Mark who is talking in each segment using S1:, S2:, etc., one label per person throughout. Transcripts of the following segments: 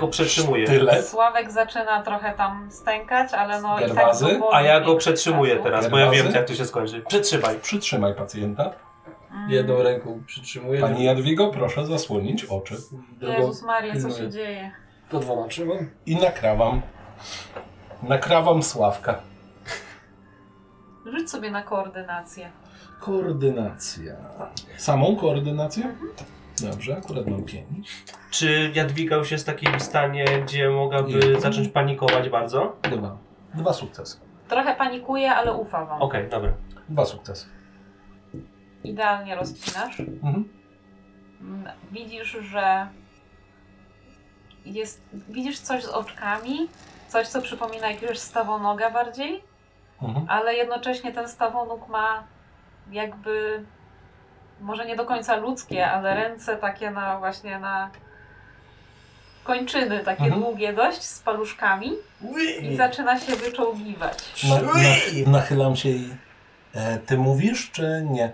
S1: go przetrzymuję.
S2: Tyle.
S3: Sławek zaczyna trochę tam stękać, ale no
S2: Gerwazy?
S3: i tak
S1: A ja go przetrzymuję
S3: no.
S1: teraz, bo ja
S2: Gerwazy?
S1: wiem jak to się skończy. Przetrzymaj.
S2: Przytrzymaj pacjenta.
S4: Jedną ręką przytrzymuję.
S2: Pani Jadwigo, proszę zasłonić oczy.
S4: drugą
S3: Jezus Maria, co
S4: pilnuję.
S3: się dzieje?
S4: To dwoma trzymam.
S2: I nakrawam. Nakrawam Sławka.
S3: Rzuć sobie na koordynację.
S2: Koordynacja. Samą koordynację? Dobrze, akurat mam pięć.
S1: Czy Jadwiga już jest w takim stanie, gdzie mogłaby
S2: Nie.
S1: zacząć panikować bardzo?
S2: Dwa. Dwa sukcesy.
S3: Trochę panikuje, ale ufa wam.
S1: Okej, dobra.
S2: Dwa sukcesy.
S3: Idealnie rozcinasz.
S2: Mhm.
S3: Mm, Widzisz, że jest, widzisz coś z oczkami, coś co przypomina jakiegoś stawonoga bardziej,
S2: Mhm.
S3: ale jednocześnie ten stawonóg ma jakby może nie do końca ludzkie, ale ręce takie na właśnie na kończyny, takie
S2: Mhm.
S3: długie dość, z paluszkami i zaczyna się wyczołgiwać.
S2: Na, na, nachylam się i... E, ty mówisz, czy nie?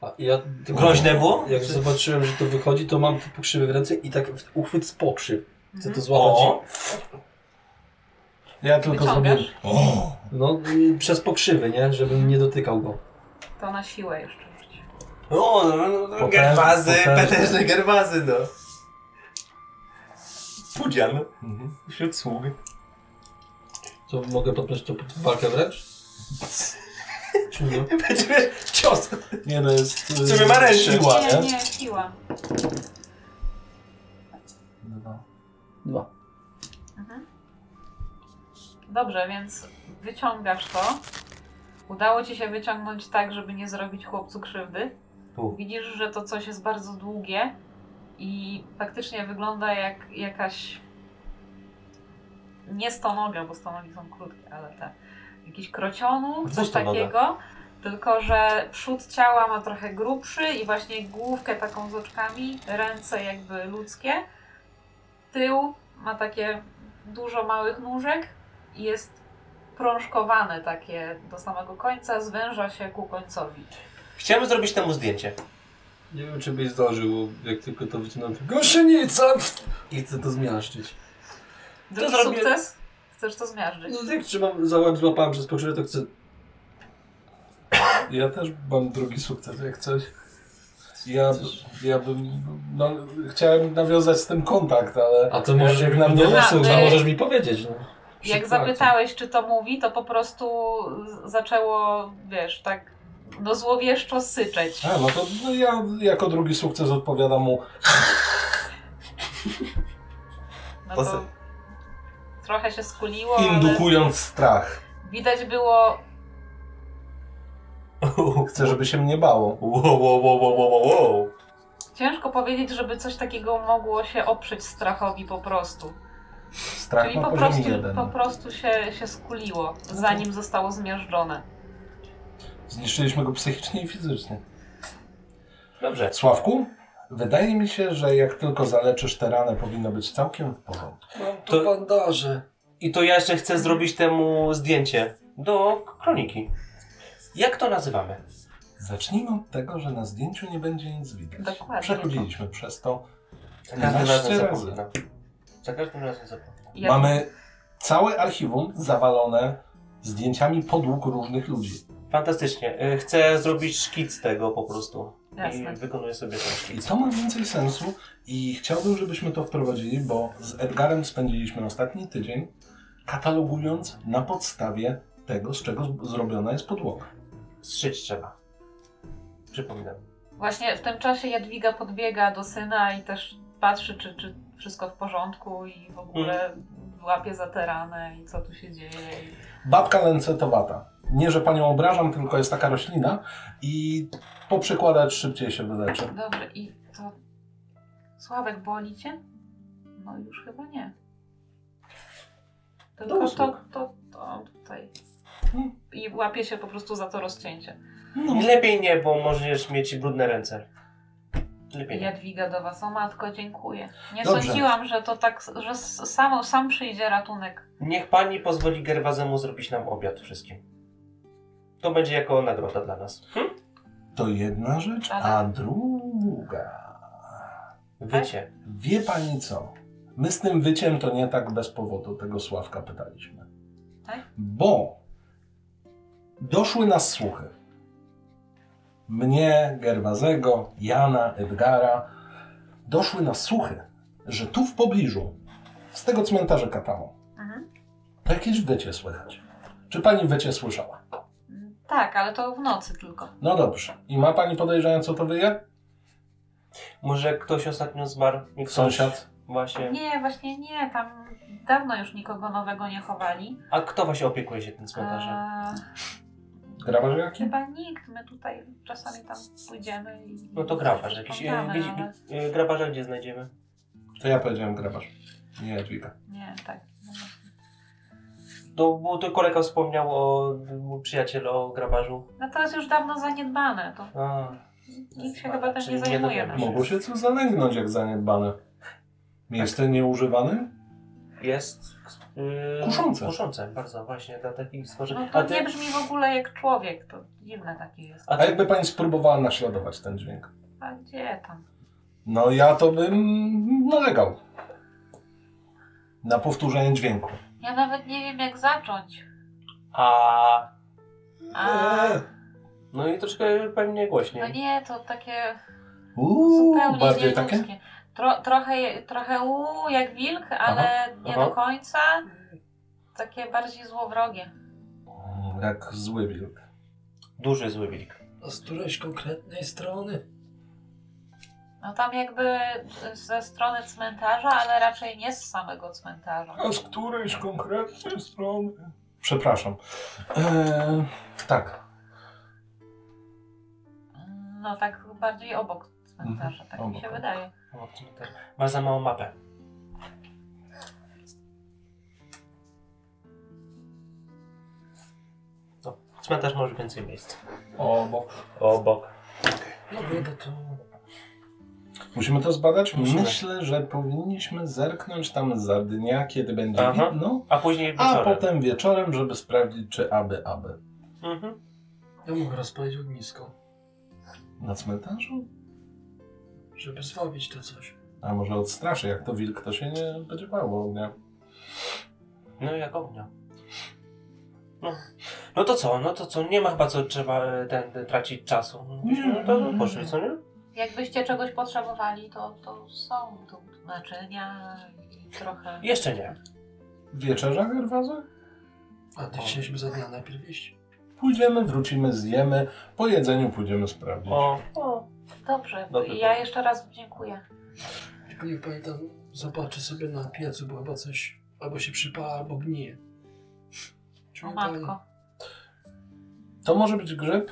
S4: A ja tylko-
S1: Groźne było?
S4: Jak zobaczyłem, że to wychodzi, to mam tu pokrzywy w ręce i tak w- uchwyt z pokrzyw. Chcę
S3: Mhm.
S4: to złapać.
S1: O,
S2: Ja tylko
S3: Wyciągasz?
S2: zrobię... O!
S4: No, y, przez pokrzywy, nie? Żebym nie dotykał go.
S3: To na siłę jeszcze rzuć.
S5: O, no, no, no,
S2: Potężny,
S5: gerwazy,
S2: potężny.
S5: potężne gerwazy, no. Pudzian
S2: Mhm.
S5: wśród sług.
S4: To mogę podpiąć to pod walkę wręcz? Czy nie?
S5: Będziemy cios.
S2: Nie, to jest... e,
S5: sumie ma ręce.
S2: Siła,
S3: Nie,
S2: nie?
S3: nie, siła.
S2: Dwa.
S4: Dwa.
S3: Dobrze, więc wyciągasz to. Udało ci się wyciągnąć tak, żeby nie zrobić chłopcu krzywdy.
S1: U.
S3: Widzisz, że to coś jest bardzo długie i faktycznie wygląda jak jakaś. Nie stonoga, bo stonogi są krótkie, ale te. Jakiś krocionu,
S1: co
S3: coś
S1: stonoga?
S3: takiego. Tylko, że przód ciała ma trochę grubszy i właśnie główkę taką z oczkami, ręce jakby ludzkie. Tył ma takie dużo małych nóżek i jest prążkowane takie do samego końca, zwęża się ku końcowi.
S1: Chciałem zrobić temu zdjęcie.
S4: Nie wiem, czy byś zdążył, bo jak tylko to wyciągnąłem. to Goszenica! I chcę to zmiażdżyć.
S3: Drugi
S4: zrobię-
S3: sukces? Chcesz to zmiażdżyć?
S4: No, jak trzymam za łeb, złapałem przez pokrzywę, to chcę...
S2: Ja też mam drugi sukces, jak coś. Ja, ja bym... No, chciałem nawiązać z tym kontakt, ale...
S4: A to
S2: może
S4: jak
S2: na
S4: na
S2: mnie
S4: mnie
S3: usłuch,
S4: a
S3: a
S4: możesz
S3: możesz
S4: mi powiedzieć, no.
S3: Jak zapytałeś, czy to mówi, to po prostu z- zaczęło, wiesz, tak no złowieszczo syczeć.
S2: A, no to no ja jako drugi sukces odpowiadam mu
S3: No
S5: To
S3: to
S5: se-
S3: trochę się skuliło, ale
S2: indukując strach.
S3: widać było,
S2: Chcę, żeby się mnie bało.
S5: Wow, wow, wow, wow, wow, wow, wow.
S3: ciężko powiedzieć, żeby coś takiego mogło się oprzeć strachowi po prostu.
S2: Strach
S3: Czyli
S2: na
S3: po
S2: poziomie
S3: prostu,
S2: Tak, jeden.
S3: po prostu się, się skuliło, zanim zostało zmiażdżone.
S2: Zniszczyliśmy go psychicznie i fizycznie.
S1: Dobrze.
S2: Sławku, wydaje mi się, że jak tylko zaleczysz tę ranę, powinno być całkiem w porządku.
S4: Mam
S1: tu
S4: tu bandaże.
S1: I to ja jeszcze chcę zrobić temu zdjęcie do kroniki. Jak to nazywamy?
S2: Zacznijmy od tego, że na zdjęciu nie będzie nic widać.
S3: Dokładnie.
S2: Przechodziliśmy przez to.
S1: Za każdym
S2: 12
S1: razem
S2: razy.
S1: zapominam. Za każdym razem zapominam.
S3: Ja-
S2: Mamy całe archiwum zawalone zdjęciami podłóg różnych ludzi.
S1: Fantastycznie. Y, Chcę zrobić szkic tego po prostu.
S3: Jasne.
S1: I wykonuję sobie ten
S2: I
S1: szkic.
S2: to ma więcej sensu i chciałbym, żebyśmy to wprowadzili, bo z Edgarem spędziliśmy ostatni tydzień katalogując na podstawie tego, z czego z- zrobiona jest podłoga.
S1: Zszyć trzeba. Przypominam.
S3: Właśnie w tym czasie Jadwiga podbiega do syna i też patrzy, czy, czy wszystko w porządku i w ogóle łapie za tę ranę i co tu się dzieje. I...
S2: Babka lęcetowata. Nie, że panią obrażam, tylko jest taka roślina i poprzykładać szybciej się wyleczy.
S3: Dobrze, i to... Sławek, boli cię? No już chyba nie. Tylko to,
S2: usług.
S3: to, to tutaj.
S2: Hmm.
S3: I łapie się po prostu za to rozcięcie.
S2: No,
S1: Lepiej nie, bo możesz mieć brudne ręce. Lepiej nie.
S3: Jadwiga do was, o matko, dziękuję. Nie
S2: Dobrze.
S3: sądziłam, że to tak, że s- samo, sam przyjdzie ratunek.
S1: Niech pani pozwoli Gerwazemu zrobić nam obiad wszystkim. To będzie jako nagroda dla nas. Hm?
S2: To jedna rzecz, a druga.
S1: Wycie.
S2: Wie pani co? My z tym wyciem to nie tak bez powodu tego Sławka pytaliśmy.
S3: Tak?
S2: Bo doszły nas słuchy. Mnie, Gerwazego, Jana, Edgara. Doszły nas słuchy, że tu w pobliżu, z tego cmentarza Katamo,
S3: Mhm.
S2: to jakieś wycie słychać. Czy pani wycie słyszała?
S3: Tak, ale to w nocy tylko.
S2: No dobrze. I ma pani podejrzenie, co to wyje?
S1: Może ktoś ostatnio zmarł? i ktoś-
S2: Sąsiad?
S1: Właśnie.
S3: Nie, właśnie nie, tam dawno już nikogo nowego nie chowali.
S1: A kto właśnie opiekuje się tym cmentarzem?
S3: Eee,
S2: Grabarz jaki?
S3: chyba nikt, my tutaj czasami tam pójdziemy i...
S1: No to grabarz jakiś. E,
S3: Sprzątamy,
S1: widzi-
S3: ale
S1: e, Grabarza gdzie znajdziemy?
S2: To ja powiedziałem grabarz. Nie, Jadwiga.
S3: Nie, tak. no właśnie.
S1: No, bo to kolega wspomniał o mój przyjaciel o grabarzu.
S3: No to jest już dawno zaniedbane, to
S1: A,
S3: nikt się chyba tym
S1: Czyli
S3: nie
S1: Znaczy, nie
S3: zajmuje.
S1: dowiemy się.
S3: nawet.
S2: Mogło się coś zanęgnąć, jak zaniedbane. Miejsce nieużywane?
S1: jest. e,
S2: Kuszące.
S1: Kuszące, bardzo właśnie dla takich stworzeń.
S3: No
S1: A
S3: to
S1: ty-
S3: nie brzmi w ogóle jak człowiek, to dziwne takie jest.
S1: A
S2: A
S1: ty,
S2: jakby pani spróbowała naśladować ten dźwięk?
S3: A gdzie tam?
S2: No ja to bym nalegał. Na powtórzenie dźwięku.
S3: Ja nawet nie wiem jak zacząć.
S1: a.
S3: A,
S1: No i troszkę pewnie
S3: no
S1: głośniej.
S3: nie, to takie
S2: Uuu,
S3: zupełnie
S2: bardziej
S3: nieludzkie.
S2: takie?
S3: Tro, trochę, trochę uuu, jak wilk, ale nie
S1: aha.
S3: do końca. Takie bardziej złowrogie.
S2: Mm, Jak zły wilk.
S1: Duży zły wilk.
S4: A z którejś konkretnej strony?
S3: No tam jakby ze strony cmentarza, ale raczej nie z samego cmentarza.
S2: z którejś konkretnej strony? Przepraszam. Eee, tak,
S3: No tak bardziej obok cmentarza, tak mi
S2: obok.
S3: się wydaje.
S1: O, tutaj. Ma za małą mapę. No, cmentarz może więcej miejsc.
S4: Obok.
S1: Obok.
S4: No biega to.
S2: musimy to zbadać.
S1: Musimy.
S2: Myślę, że powinniśmy zerknąć tam za dnia, kiedy będzie
S1: Aha.
S2: widno,
S1: A później
S2: a
S1: wieczorem.
S2: potem wieczorem, żeby sprawdzić, czy aby, aby.
S1: Mhm.
S4: Ja mogę rozpalić ognisko,
S2: Na cmentarzu?
S4: żeby zwabić to coś.
S2: A może odstraszy, jak to wilk, to się nie będzie bało ognia.
S1: No jak ognia. No. no to co, no to co, nie ma chyba co trzeba e, ten, ten tracić czasu. Byśmy no to poszli, co nie?
S3: Jakbyście czegoś potrzebowali, to, to są tu naczynia i trochę...
S1: Jeszcze nie.
S2: Wieczerza Gerwazy?
S4: A ty
S1: O.
S4: chcieliśmy za dnia najpierw iść.
S2: Pójdziemy, wrócimy, zjemy, po jedzeniu pójdziemy sprawdzić.
S1: O,
S3: O, dobrze,
S1: Dobry
S3: ja
S1: pomysł.
S3: jeszcze raz dziękuję.
S4: Tylko niech pani tam zobaczy sobie na piecu, bo chyba coś albo się przypala, albo gnije.
S3: O
S4: Czuje
S3: matko.
S2: To może być grzyb?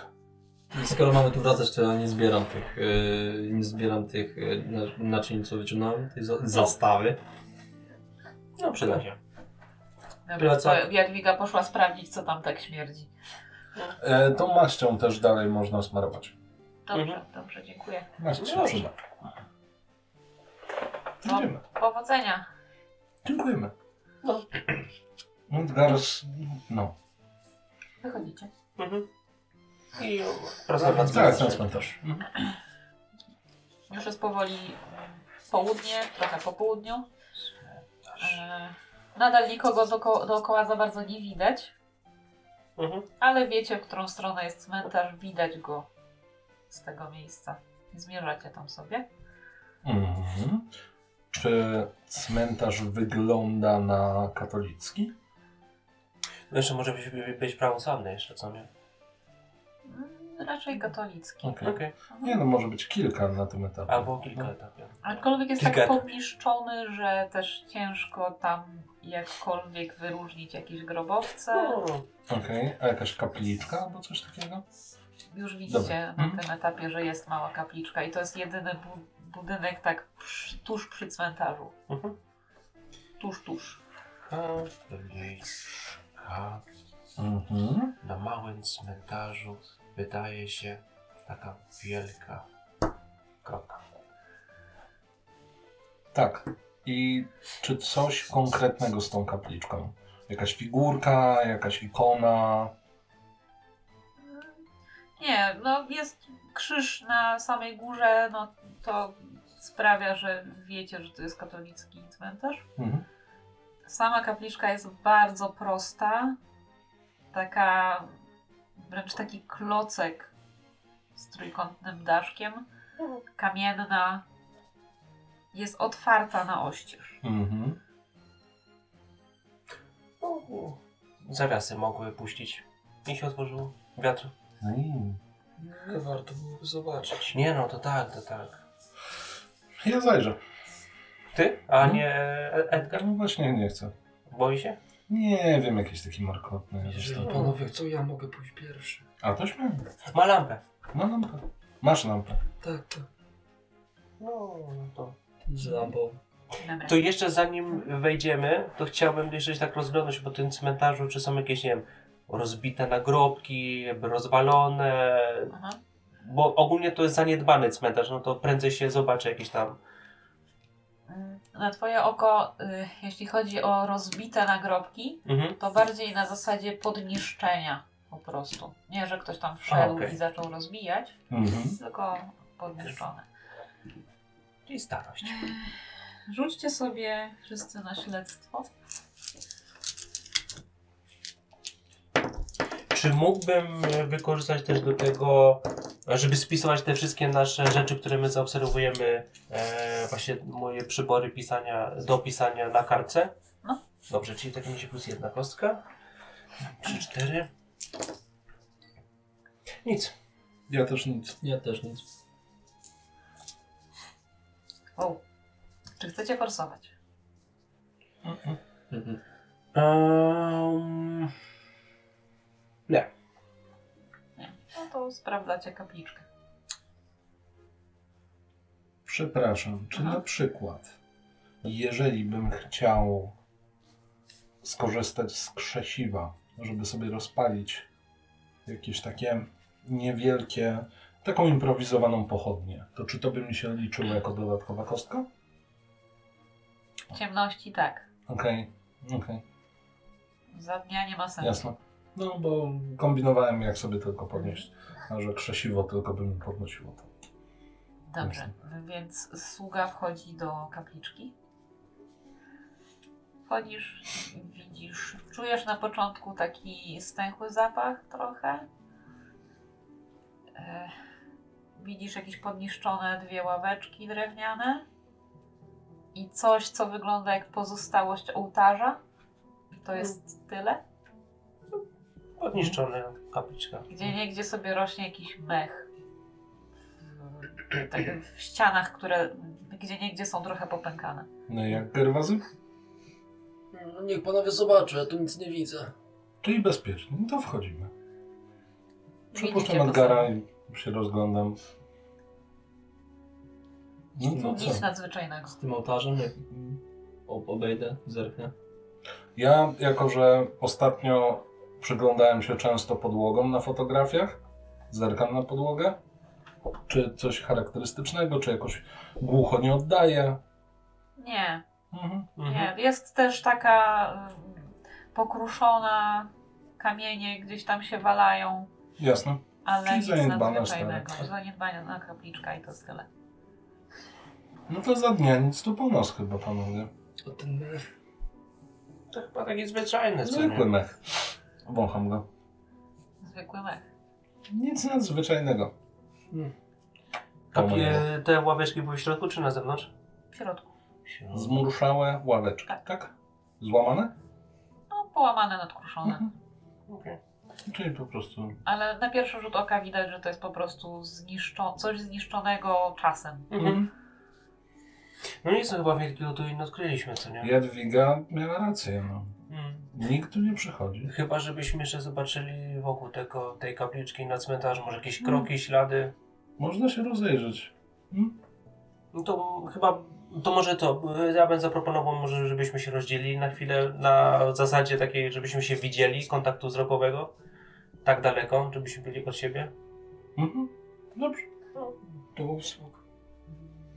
S6: Skoro mamy tu wracać, to ja nie zbieram tych, yy, nie zbieram tych yy, na- naczyń, co wyciągnąłem, tej za zastawy.
S1: no przyda się.
S3: Dobra, to
S6: Plecak.
S3: Jadwiga poszła sprawdzić, co tam tak śmierdzi.
S2: E, tą maścią też dalej można smarować.
S3: Dobrze, dobrze, dziękuję.
S2: Maść się
S1: Dobrze.
S2: przyda.
S3: No.
S2: Idziemy.
S3: Powodzenia.
S2: Dziękujemy. No. Zaraz, no.
S3: Wychodzicie.
S1: Mhm. I
S2: Tak,
S1: prosto
S2: Zaraz na cmentarz.
S3: Już jest powoli mm, południe, trochę po południu. E, Nadal nikogo dookoła, dookoła za bardzo nie widać,
S1: Mhm.
S3: ale wiecie, w którą stronę jest cmentarz, widać go z tego miejsca. Zmierzacie tam sobie.
S2: Mhm. Czy cmentarz wygląda na katolicki?
S1: No jeszcze może być, być prawosławny jeszcze, co nie?
S3: Mm, Raczej katolicki. Mhm.
S2: Okej.
S1: Okej.
S2: Nie no, może być kilka na tym etapie.
S1: Tak. Albo kilka etapów.
S3: Aczkolwiek jest tak
S1: Kilka.
S3: podniszczony, że też ciężko tam jakkolwiek wyróżnić jakieś grobowce.
S1: No,
S2: Okej, a jakaś kapliczka albo coś takiego?
S3: Już widzicie
S2: Dobra.
S3: na
S2: Mhm.
S3: tym etapie, że jest mała kapliczka i to jest jedyny bu budynek tak przy, tuż przy cmentarzu.
S1: Mhm.
S3: Tuż, tuż.
S1: Katoliczka
S2: Mhm.
S1: na małym cmentarzu wydaje się taka wielka kroka.
S2: Tak. I czy coś konkretnego z tą kapliczką? Jakaś figurka, jakaś ikona?
S3: Nie, no jest krzyż na samej górze, no to sprawia, że wiecie, że to jest katolicki cmentarz.
S2: Mhm.
S3: Sama kapliczka jest bardzo prosta. Taka wręcz taki klocek z trójkątnym daszkiem. Kamienna. Jest otwarta na oścież.
S2: Mhm.
S1: Zawiasy mogły puścić. I się otworzyło. Wiatr.
S2: No i-
S4: Nie warto byłoby zobaczyć.
S1: Nie no, to tak, to tak.
S2: Ja zajrzę.
S1: Ty? A nie e, Edgar?
S2: No właśnie nie chcę.
S1: Boi się?
S2: Nie wiem, jakieś takie markotne.
S4: Jeżeli
S2: zostały.
S4: panowie chcą, ja mogę pójść pierwszy.
S2: A to śmiało.
S1: Ma lampę.
S2: Ma lampę. Masz lampę.
S4: Tak, tak.
S1: No, no to...
S6: Z lampą.
S3: Dobra.
S1: To jeszcze zanim wejdziemy, to chciałbym jeszcze się tak rozglądać się po tym cmentarzu, czy są jakieś, nie wiem, rozbite nagrobki, jakby rozwalone,
S3: Aha.
S1: bo ogólnie to jest zaniedbany cmentarz, no to prędzej się zobaczy jakieś tam...
S3: Mm, Na twoje oko, y, jeśli chodzi o rozbite nagrobki,
S1: Mhm.
S3: To bardziej na zasadzie podniszczenia po prostu. Nie, że ktoś tam wszedł
S1: A, okej.
S3: i zaczął rozbijać,
S2: Mhm.
S3: tylko podniszczone.
S1: Czyli starość.
S3: E, Rzućcie sobie wszyscy na śledztwo.
S1: Czy mógłbym e, wykorzystać też do tego, e, żeby spisywać te wszystkie nasze rzeczy, które my zaobserwujemy, e, właśnie moje przybory pisania, do pisania na kartce?
S3: No.
S1: Dobrze, czyli tak mi się plus jedna kostka. Trzy, cztery. Nic.
S2: Ja też nic.
S6: Ja też nic.
S3: O, czy chcecie forsować?
S6: Mhm.
S1: Um,
S3: No to sprawdzacie kapliczkę.
S2: Przepraszam, czy
S3: Aha.
S2: na przykład, jeżeli bym chciał skorzystać z krzesiwa, żeby sobie rozpalić jakieś takie niewielkie, taką improwizowaną pochodnię, to czy to by mi się liczyło jako dodatkowa kostka?
S3: W ciemności tak.
S2: Okej, okej,
S3: Za dnia nie ma sensu.
S2: jasno. No bo kombinowałem jak sobie tylko podnieść, a że krzesiwo tylko by mi podnosiło to.
S3: Dobrze, więc sługa wchodzi do kapliczki. Wchodzisz, widzisz, czujesz na początku taki stęchły zapach trochę. E, Widzisz jakieś podniszczone dwie ławeczki drewniane i coś, co wygląda jak pozostałość ołtarza. To jest tyle.
S1: podniszczona kapliczka.
S3: Gdzie niegdzie sobie rośnie jakiś mech. W, tak, w ścianach, które gdzie niegdzie są trochę popękane.
S2: No i jak gerwazy?
S4: No niech panowie zobaczą, ja tu nic nie widzę.
S2: Czyli bezpiecznie, no to wchodzimy.
S3: Widzicie
S2: Przypuszczam
S3: to
S2: Edgara
S3: samo.
S2: i się rozglądam. No to co?
S3: Nic nadzwyczajnego.
S6: Z tym ołtarzem jak ob- obejdę, zerknę.
S2: Ja, jako że ostatnio przyglądałem się często podłogom na fotografiach, zerkam na podłogę. Czy coś charakterystycznego, czy jakoś głucho nie oddaje.
S3: Nie,
S2: Mhm.
S1: Mhm.
S3: nie. Jest też taka mm, pokruszona, kamienie gdzieś tam się walają,
S2: Jasne.
S3: ale
S2: Czyli
S3: nic
S2: zaniedbana
S3: nadzwyczajnego. Zaniedbania na kapliczka i to tyle.
S2: No to za dnia nic tu po nas chyba, panowie.
S4: A ten mech.
S1: To chyba takie zwyczajne, co
S2: Zwykły
S1: nie?
S2: mech. Wącham go.
S3: Zwykły mech.
S2: Nic nadzwyczajnego.
S1: Kapie, te ławeczki były w środku czy na zewnątrz?
S3: W środku.
S1: No.
S2: Zmurszałe ławeczki, tak? Złamane?
S3: No, połamane, nadkruszone.
S2: Mhm.
S1: Okej.
S2: Czyli po prostu
S3: Ale na pierwszy rzut oka widać, że to jest po prostu zniszczo- coś zniszczonego czasem.
S1: Mhm. No nic, no chyba wielkiego tu nie odkryliśmy, co nie?
S2: Jadwiga miała rację, no.
S1: Mm.
S2: Nikt tu nie przychodzi.
S1: Chyba, żebyśmy jeszcze zobaczyli wokół tego, tej kapliczki na cmentarzu, może jakieś kroki, ślady.
S2: Można się rozejrzeć.
S1: No to chyba, to może to, ja bym zaproponował może, żebyśmy się rozdzielili na chwilę, na zasadzie takiej, żebyśmy się widzieli, kontaktu wzrokowego, tak daleko, żebyśmy byli od siebie.
S2: Mhm. Dobrze.
S4: Do usług.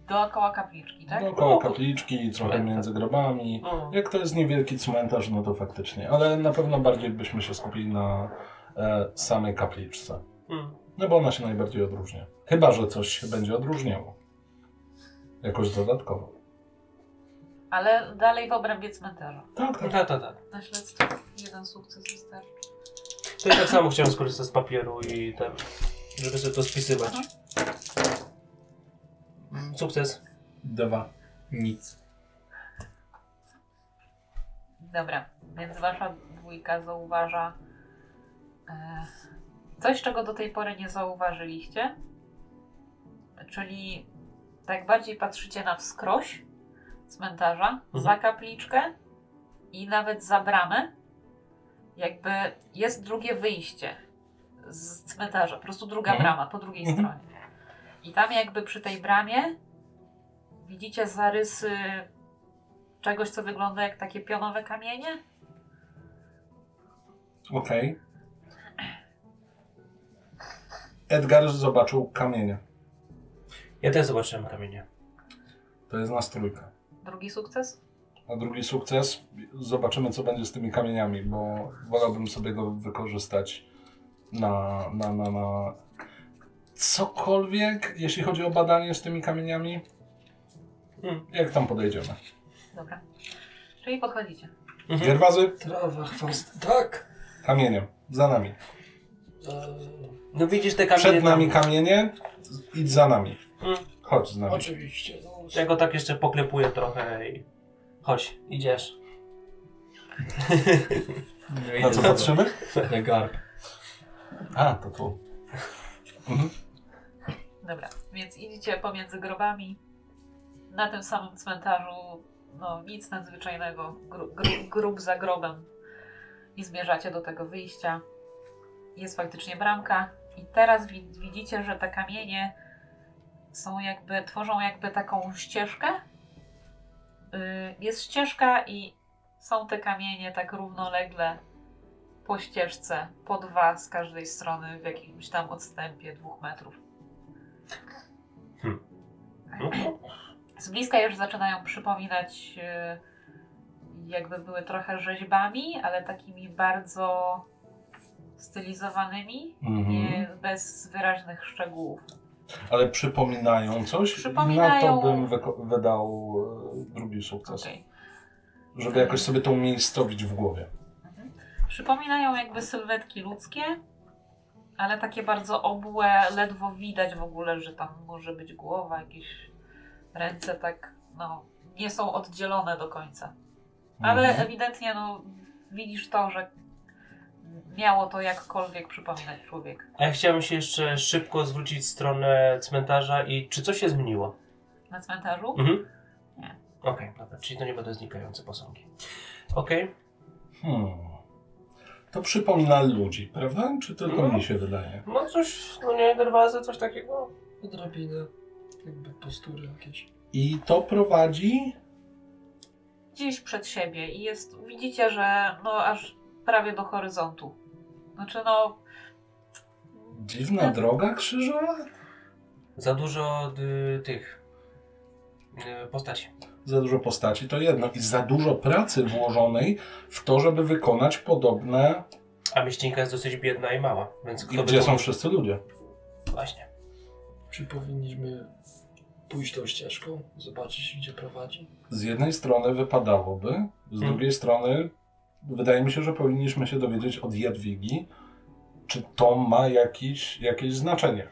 S3: Dookoła kapliczki, tak?
S2: Dookoła kapliczki, trochę między grobami.
S1: No.
S2: Jak to jest niewielki cmentarz, no to faktycznie. Ale na pewno bardziej byśmy się skupili na e, samej kapliczce.
S1: Mm.
S2: No bo ona się najbardziej odróżnia. Chyba, że coś się będzie odróżniało. Jakoś dodatkowo.
S3: Ale dalej w obrębie cmentarza.
S2: Tak, tak.
S1: Tak, tak, tak.
S3: Na śledztwo jeden sukces wystarczy.
S1: To i tak samo chciałem skorzystać z papieru i ten, żeby sobie to spisywać. Mm, Sukces.
S2: Dwa.
S6: Nic.
S3: Dobra, więc wasza dwójka zauważa e, coś, czego do tej pory nie zauważyliście. Czyli tak bardziej patrzycie na wskroś cmentarza, za kapliczkę i nawet za bramę. Jakby jest drugie wyjście z cmentarza, po prostu druga
S1: Mhm.
S3: brama po drugiej stronie. I tam jakby przy tej bramie widzicie zarysy czegoś, co wygląda jak takie pionowe kamienie.
S2: Okej. Edgar zobaczył kamienie.
S1: Ja też zobaczyłem kamienie.
S2: To jest nas trójka.
S3: Drugi sukces?
S2: A drugi sukces, zobaczymy co będzie z tymi kamieniami, bo wolałbym sobie go wykorzystać na, na, na, na cokolwiek, jeśli chodzi o badanie z tymi kamieniami.
S1: Mm.
S2: Jak tam podejdziemy?
S3: Dobra. Czyli podchodzicie.
S1: Mhm.
S2: Gierwazy,
S4: Trawa, chwast. Tak! E,
S2: kamieniem, za nami.
S1: No widzisz te kamienie.
S2: Przed nami
S1: tam-
S2: kamienie, idź za nami.
S1: Mm.
S2: Chodź z nami.
S4: Oczywiście. No,
S1: Ja go tak jeszcze poklepuję trochę i. Chodź, idziesz.
S6: Nie
S2: Na co patrzymy?
S6: Na tak, garb.
S2: A, to tu. Mhm.
S3: Dobra. Więc idziecie pomiędzy grobami. Na tym samym cmentarzu, no nic nadzwyczajnego, gru, gru, grób za grobem. I zmierzacie do tego wyjścia. Jest faktycznie bramka. I teraz wi- widzicie, że te kamienie są jakby, tworzą jakby taką ścieżkę. Y, Jest ścieżka i są te kamienie tak równolegle po ścieżce, po dwa z każdej strony w jakimś tam odstępie dwóch metrów.
S1: No,
S3: z bliska już zaczynają przypominać, e, jakby były trochę rzeźbami, ale takimi bardzo stylizowanymi,
S2: Mhm.
S3: nie, bez wyraźnych szczegółów.
S2: Ale przypominają coś? Na
S3: Przypominają-
S2: to bym wyko- wydał e, drugi sukces.
S3: Okej.
S2: Żeby jakoś sobie to umiejscowić w głowie.
S3: Mhm. Przypominają jakby sylwetki ludzkie, ale takie bardzo obłe, ledwo widać w ogóle, że tam może być głowa, jakieś ręce tak, no, nie są oddzielone do końca. Ale
S1: Mhm.
S2: Mhm.
S3: ewidentnie no, widzisz to, że miało to jakkolwiek przypominać człowiek.
S1: A ja chciałem się jeszcze szybko zwrócić w stronę cmentarza i czy coś się zmieniło?
S3: Na cmentarzu?
S1: Mhm.
S3: Nie.
S1: Okej, dobra, czyli to nie będą znikające posągi. Okej.
S2: Hmm. To przypomina ludzi, prawda? Czy tylko
S1: No.
S2: mi się wydaje?
S1: No coś, no nie, derwazy, coś takiego.
S4: Odrobinę. Jakby postury jakieś.
S2: I to prowadzi.
S3: Gdzieś przed siebie i jest, widzicie, że no aż prawie do horyzontu. Znaczy no,
S2: Dziwna
S1: Tak.
S2: droga krzyżowa?
S1: Za dużo y, tych y, postaci.
S2: Za dużo postaci to jedno. I za dużo pracy włożonej w to, żeby wykonać podobne.
S1: A mieścinka jest dosyć biedna i mała, więc
S2: I
S1: kto by
S2: gdzie
S1: to...
S2: są wszyscy ludzie?
S1: Właśnie.
S4: Czy powinniśmy pójść tą ścieżką? Zobaczyć, gdzie prowadzi?
S2: Z jednej strony wypadałoby, z
S1: Mhm.
S2: drugiej strony wydaje mi się, że powinniśmy się dowiedzieć od Jadwigi, czy to ma jakiś, jakieś znaczenie.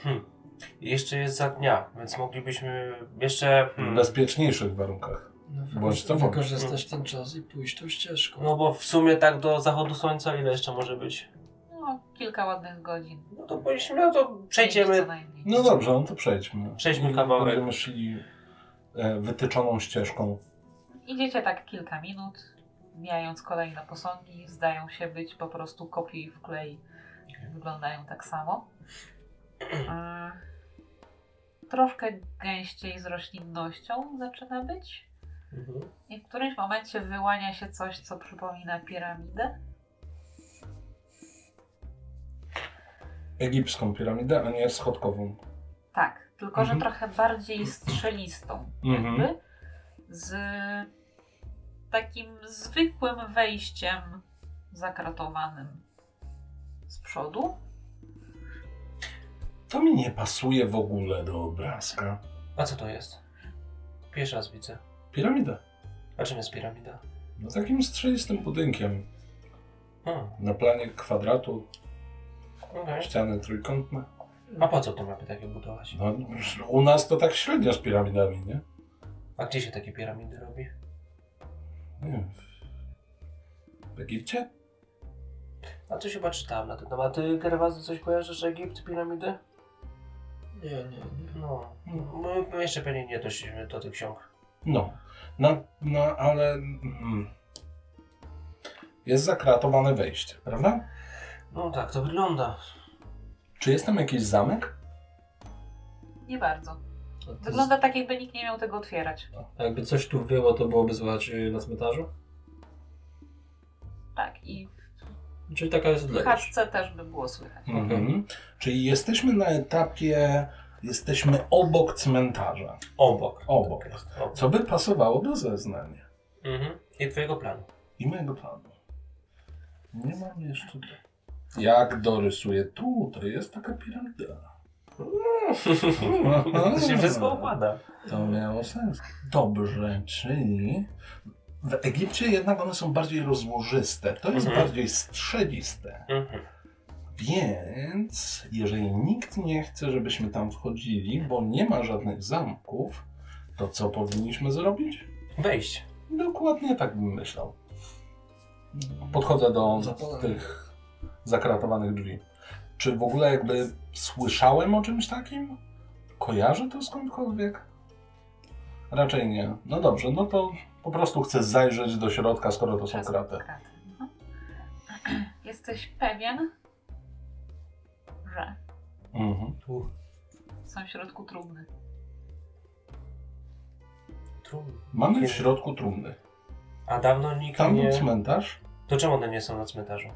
S1: Hmm. I Jeszcze jest za dnia, więc moglibyśmy jeszcze...
S2: W
S1: Hmm.
S2: bezpieczniejszych warunkach.
S4: No,
S2: Bądź
S4: wykorzy-
S2: to bądź.
S4: wykorzystać ten czas i pójść tą ścieżką.
S1: No bo w sumie tak do zachodu słońca ile jeszcze może być?
S3: no kilka ładnych godzin.
S1: No to powinniśmy, no to
S3: Pięć Co
S1: przejdziemy...
S3: najmniej.
S2: No dobrze, no to przejdźmy.
S1: Przejdźmy
S2: I
S1: kawałek.
S2: Będziemy szli e, wytyczoną ścieżką.
S3: Idziecie tak kilka minut, mijając kolejne posągi, zdają się być po prostu kopii w klej. Wyglądają tak samo. Mm. Troszkę gęściej z roślinnością zaczyna być.
S1: Mhm.
S3: I w którymś momencie wyłania się coś, co przypomina piramidę.
S2: Egipską piramidę, a nie schodkową.
S3: Tak, tylko
S2: Mhm.
S3: że trochę bardziej strzelistą.
S2: Mhm.
S3: Jakby, z takim zwykłym wejściem zakratowanym z przodu.
S2: To mi nie pasuje w ogóle do obrazka.
S1: A co to jest? Pierwszy raz widzę.
S2: Piramidę.
S1: A czym jest piramida?
S2: No takim strzelistym budynkiem.
S1: Hmm,
S2: Na planie kwadratu,
S1: okej.
S2: ściany trójkątne.
S1: A po co to mamy takie budować?
S2: No, u nas to tak średnio z piramidami, nie?
S1: A gdzie się takie piramidy robi?
S2: Nie wiem. W Egipcie?
S1: A coś chyba czytałem na ten temat. A Ty, Gerwazy, coś kojarzysz Egipt, piramidy?
S6: Nie, nie, nie.
S1: No, my my jeszcze pewnie nie doszliśmy do tych ksiąg.
S2: No. Na, no, ale... Mm, jest zakratowane wejście, prawda?
S1: No tak, to wygląda.
S2: Czy jest tam jakiś zamek?
S3: Nie bardzo.
S6: To jest-
S3: Wygląda tak, jakby nikt nie miał tego otwierać.
S6: A Jakby coś tu wyło, to byłoby słychać y, na cmentarzu?
S3: Tak, i
S6: Czyli taka jest
S3: w
S6: odległość.
S3: chatce też by było słychać.
S2: Mhm. Czyli jesteśmy na etapie... Jesteśmy obok cmentarza.
S1: Obok.
S2: Obok.
S1: Tak jest, obok.
S2: Co by pasowało do zeznania.
S1: Mhm. I twojego planu.
S2: I mojego planu. Nie mam jeszcze. do- Jak dorysuję tu, to jest taka piramida.
S1: To się wszystko układa.
S2: To miało sens. Dobrze, czyli w Egipcie jednak one są bardziej rozłożyste. To jest
S1: Mhm.
S2: bardziej strzeliste.
S1: Mhm.
S2: Więc jeżeli nikt nie chce, żebyśmy tam wchodzili, bo nie ma żadnych zamków, to co powinniśmy zrobić?
S1: Wejść.
S2: Dokładnie tak bym myślał. Podchodzę do
S4: Zapalenie.
S2: tych zakratowanych drzwi. Czy w ogóle jakby słyszałem o czymś takim? Kojarzę to skądkolwiek? Raczej nie. No dobrze, no to po prostu chcę zajrzeć do środka, skoro to są
S3: Przez
S2: kraty.
S3: kraty, no. Jesteś pewien, że
S2: Mhm.
S3: są w środku trumny.
S1: Trudno.
S2: Mamy w środku trumny.
S1: A dawno nikt
S2: Tam był
S1: nie...
S2: cmentarz.
S1: To czemu one nie są na cmentarzu?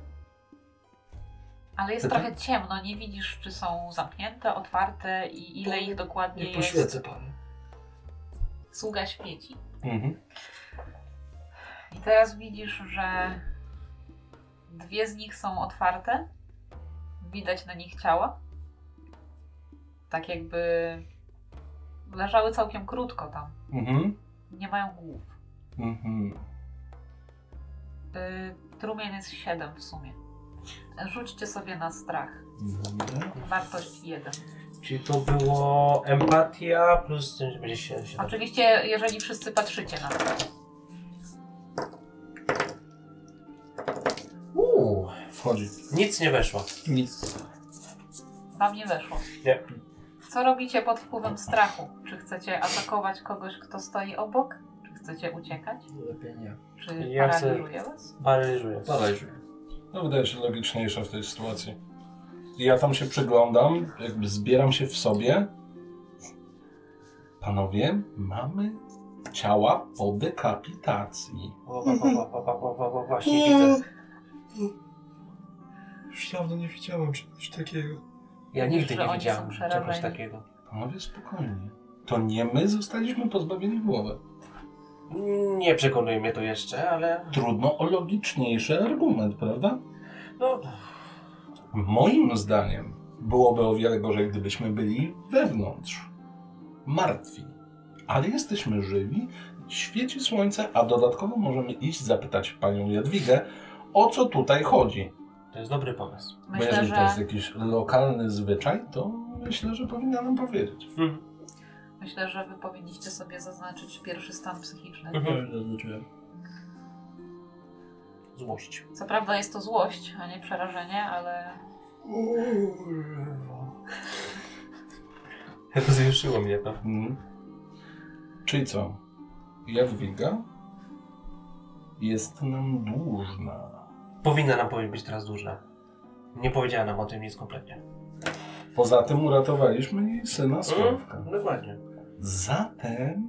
S3: Ale jest
S2: Ty-
S3: trochę ciemno, nie widzisz, czy są zamknięte, otwarte i ile ich dokładnie
S4: Nie
S3: jest.
S4: poświecę panu.
S3: Sługa świeci.
S2: Mhm.
S3: I teraz widzisz, że dwie z nich są otwarte. Widać na nich ciała. Tak jakby leżały całkiem krótko tam.
S2: Mhm.
S3: Nie mają głów.
S2: Mhm.
S3: Y, trumien jest siedem w sumie. Rzućcie sobie na strach.
S2: Dobra.
S3: Wartość jeden.
S1: Czyli to było empatia plus tym, że będzie się... się
S3: Oczywiście, jeżeli wszyscy patrzycie na to.
S1: Uuu,
S2: Wchodzi.
S1: nic nie weszło.
S4: Nic.
S3: Wam nie weszło.
S1: Nie.
S3: Co robicie pod wpływem strachu? Czy chcecie atakować kogoś, kto stoi obok? Czy chcecie uciekać?
S4: Lepiej nie.
S3: Czy
S1: Ja chcę-
S3: paraliżuje was?
S1: Paraliżuje.
S6: Paraliżuje.
S2: No wydaje się logiczniejsze w tej sytuacji. Ja tam się przyglądam, jakby zbieram się w sobie. Panowie, mamy ciała po dekapitacji.
S1: O, wa- wa- wa- wa- wa- wa- wa- wa- Właśnie widzę.
S4: Już dawno nie widziałem czegoś takiego.
S1: Ja nigdy
S3: Że
S1: nie
S3: oni
S1: widziałem
S3: są przerażeni.
S1: czegoś takiego.
S2: Panowie, spokojnie. To nie my zostaliśmy pozbawieni głowy.
S1: Nie przekonuje mnie to jeszcze, ale...
S2: Trudno o logiczniejszy argument, prawda?
S1: No,
S2: Moim zdaniem byłoby o wiele gorzej, gdybyśmy byli wewnątrz, martwi. Ale jesteśmy żywi, świeci słońce, a dodatkowo możemy iść zapytać panią Jadwigę, o co tutaj chodzi.
S1: to jest dobry pomysł.
S2: Bo
S3: Myślę,
S2: jeżeli
S3: że,
S2: to jest jakiś lokalny zwyczaj, to myślę, że powinna nam powiedzieć.
S1: Mhm.
S3: myślę, że wy powinniście sobie zaznaczyć pierwszy stan psychiczny.
S1: Mhm.
S4: Zaznaczyłem.
S1: Złość.
S3: Co prawda jest to złość, a nie przerażenie, ale
S4: Kurwa.
S1: Rozjuszyło mnie to.
S2: Mhm. Czyli co? Jadwiga jest nam dłużna.
S1: Powinna nam powiedzieć teraz duża. Nie powiedziała nam o tym nic kompletnie.
S2: Poza tym uratowaliśmy jej syna Sławka.
S1: Dokładnie.
S2: Zatem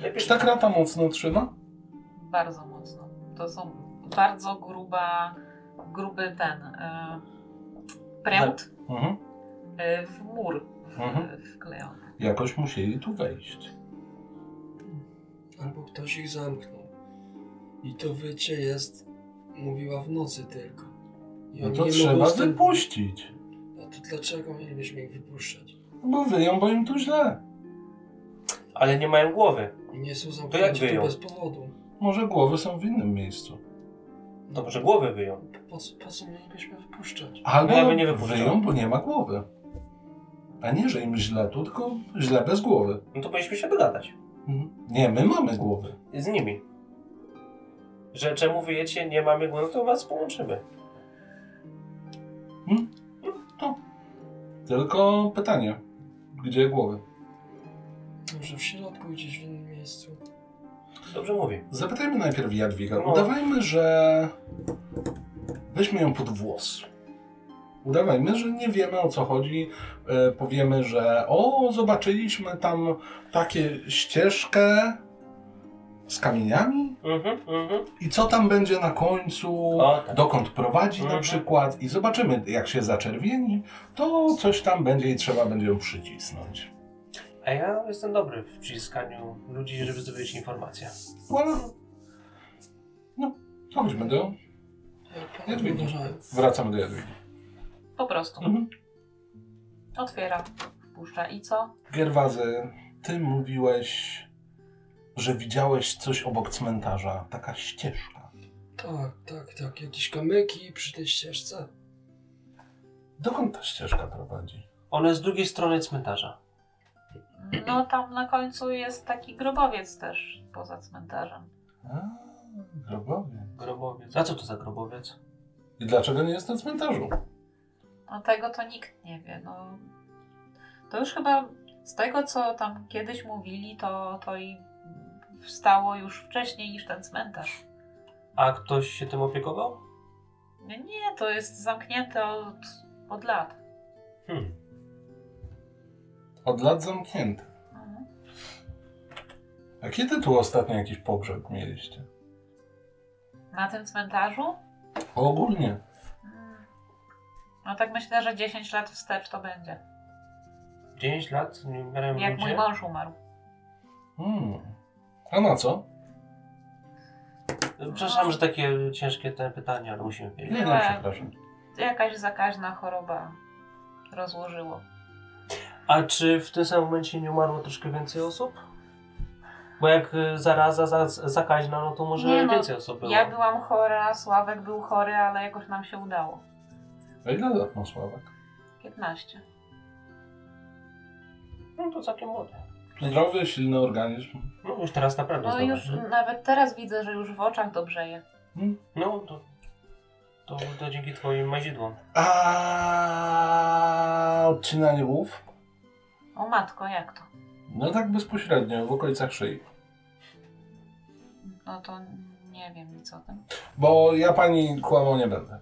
S1: Lepiej tak.
S2: Czy ta krata mocno trzyma?
S3: bardzo mocno. To są bardzo gruba, gruby ten e, pręt
S2: Mhm.
S3: e, w mur
S2: Mhm.
S3: e, wklejony.
S2: Jakoś musieli tu wejść.
S4: Albo ktoś ich zamknął. I to wycie jest... Mówiła w nocy tylko. I
S2: No
S4: oni
S2: to
S4: nie
S2: trzeba
S4: mogą z tym-
S2: wypuścić.
S4: A to dlaczego mielibyśmy ich wypuszczać?
S2: Bo wyją, bo im tu źle.
S1: ale nie mają głowy.
S7: Nie są
S1: jak
S7: zamknięci tu
S1: wyjął?
S7: bez powodu. No,
S2: Może głowy są w innym miejscu.
S1: To może głowy wyją.
S7: Po co, po co mielibyśmy wypuszczać?
S2: Albo
S1: No ja bym nie wypuszczał.
S2: wyją, bo nie ma głowy. A nie, że im źle tu, tylko źle bez głowy.
S1: No to powinniśmy się dogadać
S2: Mhm. Nie, my mamy głowy.
S1: z nimi. Że czemu wyjecie, nie mamy głowy, to was połączymy.
S2: Tylko pytanie, gdzie głowy?
S7: Może w środku, gdzieś w innym miejscu.
S1: Dobrze mówię.
S2: Zapytajmy najpierw Jadwiga.
S1: No.
S2: Udawajmy, że... Weźmy ją pod włos. Udawajmy, że nie wiemy o co chodzi. E, powiemy, że o, zobaczyliśmy tam takie ścieżkę z kamieniami.
S1: Mhm, mhm.
S2: I co tam będzie na końcu?
S1: O, tak.
S2: dokąd prowadzi na
S1: Mhm.
S2: przykład i zobaczymy, jak się zaczerwieni, to coś tam będzie i trzeba będzie ją przycisnąć.
S1: A ja jestem dobry w przyciskaniu ludzi, żeby zdobyć informacje.
S2: Voilà. No, chodźmy do...
S7: Jak
S2: Ja
S7: pan
S2: tu idę.
S7: uważają.
S2: Wracamy do Jadwigi.
S3: Po prostu.
S2: Mhm.
S3: Otwiera, wpuszcza i co?
S2: Gerwazy, ty mówiłeś, że widziałeś coś obok cmentarza, taka ścieżka.
S7: Tak, tak, tak. Jakieś kamyki przy tej ścieżce.
S2: Dokąd ta ścieżka prowadzi?
S1: One z drugiej strony cmentarza.
S3: No tam na końcu jest taki grobowiec też poza cmentarzem.
S2: A, grobowie.
S1: Grobowiec. A co to za grobowiec?
S2: I dlaczego nie jest na cmentarzu?
S3: No tego to nikt nie wie. No, to już chyba z tego, co tam kiedyś mówili, to, to i wstało już wcześniej niż ten cmentarz.
S1: A ktoś się tym opiekował?
S3: Nie, Nie, to jest zamknięte od, od lat.
S1: Hmm.
S2: Od lat zamknięty.
S3: Mhm.
S2: A kiedy tu ostatnio jakiś pogrzeb mieliście?
S3: Na tym cmentarzu?
S2: Ogólnie.
S3: Mm. No tak myślę, że 10 lat wstecz to będzie.
S1: 10 lat nie umierają
S3: Jak mój
S1: ludzie.
S3: mąż umarł.
S2: Hmm. A na co?
S1: Przepraszam, że takie ciężkie te pytania, ale musimy wiedzieć.
S2: Nie, nie,
S3: Tyle.
S2: przepraszam.
S3: Jakaś zakaźna choroba rozłożyło.
S1: A czy w tym samym momencie nie umarło troszkę więcej osób? Bo jak y, zaraza za, zakaźna, no to może
S3: Nie no,
S1: więcej osób było.
S3: Ja byłam chora, Sławek był chory, ale jakoś nam się udało.
S2: A ile lat ma Sławek?
S3: 15.
S1: No to całkiem młody.
S2: Zdrowy, silny organizm.
S1: No już teraz naprawdę
S3: No
S1: zdrowy.
S3: już nawet teraz widzę, że już w oczach dobrzeje.
S2: Hmm?
S1: No to, to, to dzięki twoim mazidłom.
S2: A odcinanie łów?
S3: O matko, jak to?
S2: No tak bezpośrednio, w okolicach szyi.
S3: No to nie wiem nic o tym.
S2: Bo ja pani kłamał nie będę.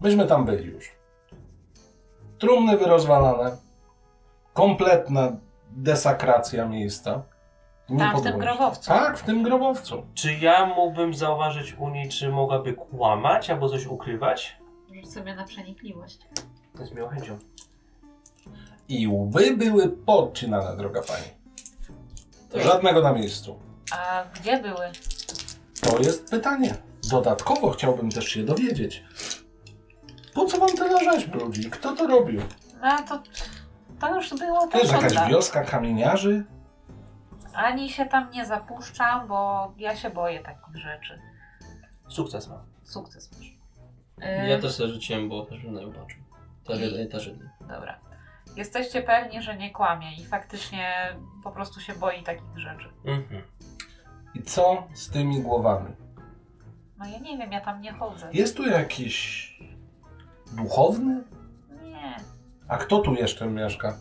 S2: Myśmy tam byli już. Trumny wyrozwalane. Kompletna desakracja miejsca. Nie
S3: Tam w
S2: podłoże.
S3: tym grobowcu.
S2: Tak, w tym grobowcu.
S1: Czy ja mógłbym zauważyć u niej, czy mogłaby kłamać albo coś ukrywać?
S3: Rzuć sobie na przenikliwość.
S1: To jest miłą chęcią.
S2: I łby były podcinane, droga pani.
S7: Tak,
S2: Żadnego na miejscu.
S3: A gdzie były?
S2: To jest pytanie. Dodatkowo chciałbym też się dowiedzieć. Po co wam tyle rzeźb ludzi? Kto to robił?
S3: No to, to już było
S2: To jest
S3: też od
S2: jakaś
S3: lat.
S2: wioska kamieniarzy?
S3: Ani się tam nie zapuszczam, bo ja się boję takich rzeczy.
S1: Sukces mam.
S3: Sukces masz.
S6: Ja też sobie rzuciłem, bo też bym nie zobaczył. Też jednej, też jednej.
S3: Dobra. Jesteście pewni, że nie kłamie i faktycznie po prostu się boi takich rzeczy.
S1: Mhm.
S2: I co z tymi głowami?
S3: No ja nie wiem, ja tam nie chodzę.
S2: Jest tu jakiś duchowny?
S3: Nie.
S2: A kto tu jeszcze mieszka?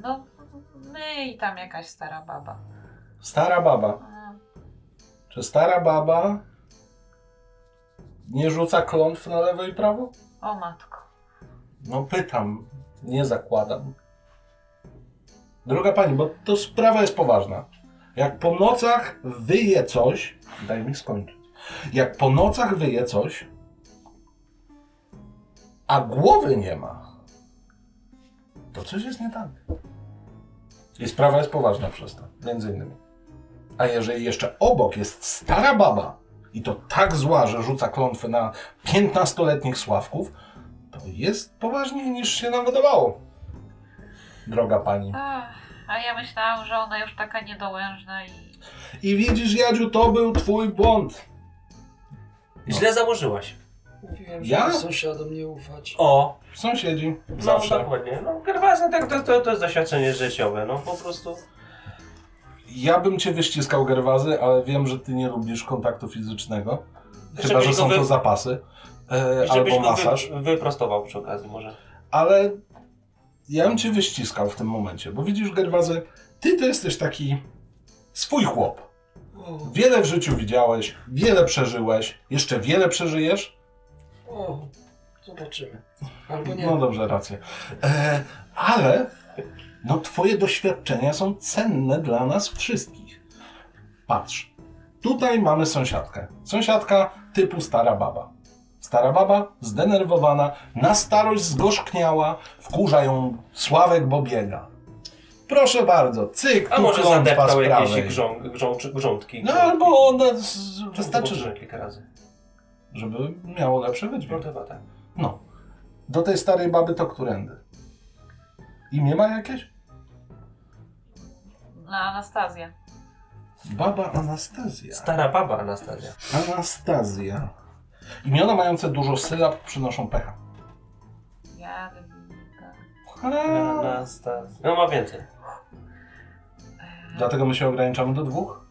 S3: No my i tam jakaś stara baba.
S2: Stara baba.
S3: Mm,
S2: Czy stara baba nie rzuca klątw na lewo i prawo?
S3: O matko.
S2: No pytam, nie zakładam. Droga pani, bo to sprawa jest poważna. Jak po nocach wyje coś, daj mi skończyć. Jak po nocach wyje coś, a głowy nie ma, to coś jest nie tak. I sprawa jest poważna przez to, między innymi. A jeżeli jeszcze obok jest stara baba i to tak zła, że rzuca klątwy na 15-letnich sławków, to jest poważniej niż się nam wydawało. Droga pani.
S3: Ach, A ja myślałam, że ona już taka niedołężna i...
S2: I widzisz, Jadziu, to był twój błąd.
S6: No.
S1: Źle założyłaś.
S7: Mówiłem,
S2: Ja?
S7: żeby sąsiadom nie ufać.
S1: O,
S2: Sąsiedzi.
S1: no
S2: Zawsze.
S1: dokładnie. No Gerwazny tak, to, to, to jest doświadczenie życiowe, no po prostu.
S2: Ja bym cię wyściskał, Gerwazy, ale wiem, że ty nie lubisz kontaktu fizycznego. Chyba,
S1: Żebyś
S2: że
S1: go
S2: są
S1: wy-
S2: to zapasy. E,
S1: Żebyś
S2: albo
S1: go
S2: masaż.
S1: wy, wyprostował przy okazji może.
S2: ale ja bym cię wyściskał w tym momencie, bo widzisz, Gerwazy, ty to jesteś taki swój chłop.
S7: O,
S2: Wiele w życiu widziałeś, wiele przeżyłeś, jeszcze wiele przeżyjesz.
S7: o, zobaczymy. Albo nie.
S2: No dobrze, rację. E, ale no twoje doświadczenia są cenne dla nas wszystkich. Patrz, tutaj mamy sąsiadkę. Sąsiadka typu stara baba. Stara baba, zdenerwowana, na starość zgorzkniała, wkurza ją Sławek Bobiega. Proszę bardzo, cyk,
S1: A
S2: tu
S1: może
S2: klątwa z
S1: zadeptał jakieś
S2: prawej.
S1: grząd, grząd, grządki.
S2: No albo ona... Z...
S1: Wystarczy,
S2: Wystarczy, że...
S1: kilka razy.
S2: żeby miało lepszy wydźwięk.
S1: No chyba tak.
S2: No. Do tej starej baby to którędy? Imię ma jakieś?
S3: Na Anastazję.
S2: Baba Anastazja.
S1: Stara baba Anastazja.
S2: Anastazja. Imiona mające dużo sylab przynoszą pecha.
S3: Ja...
S1: Anastazja. No ma więcej.
S2: Dlatego my się ograniczamy do dwóch,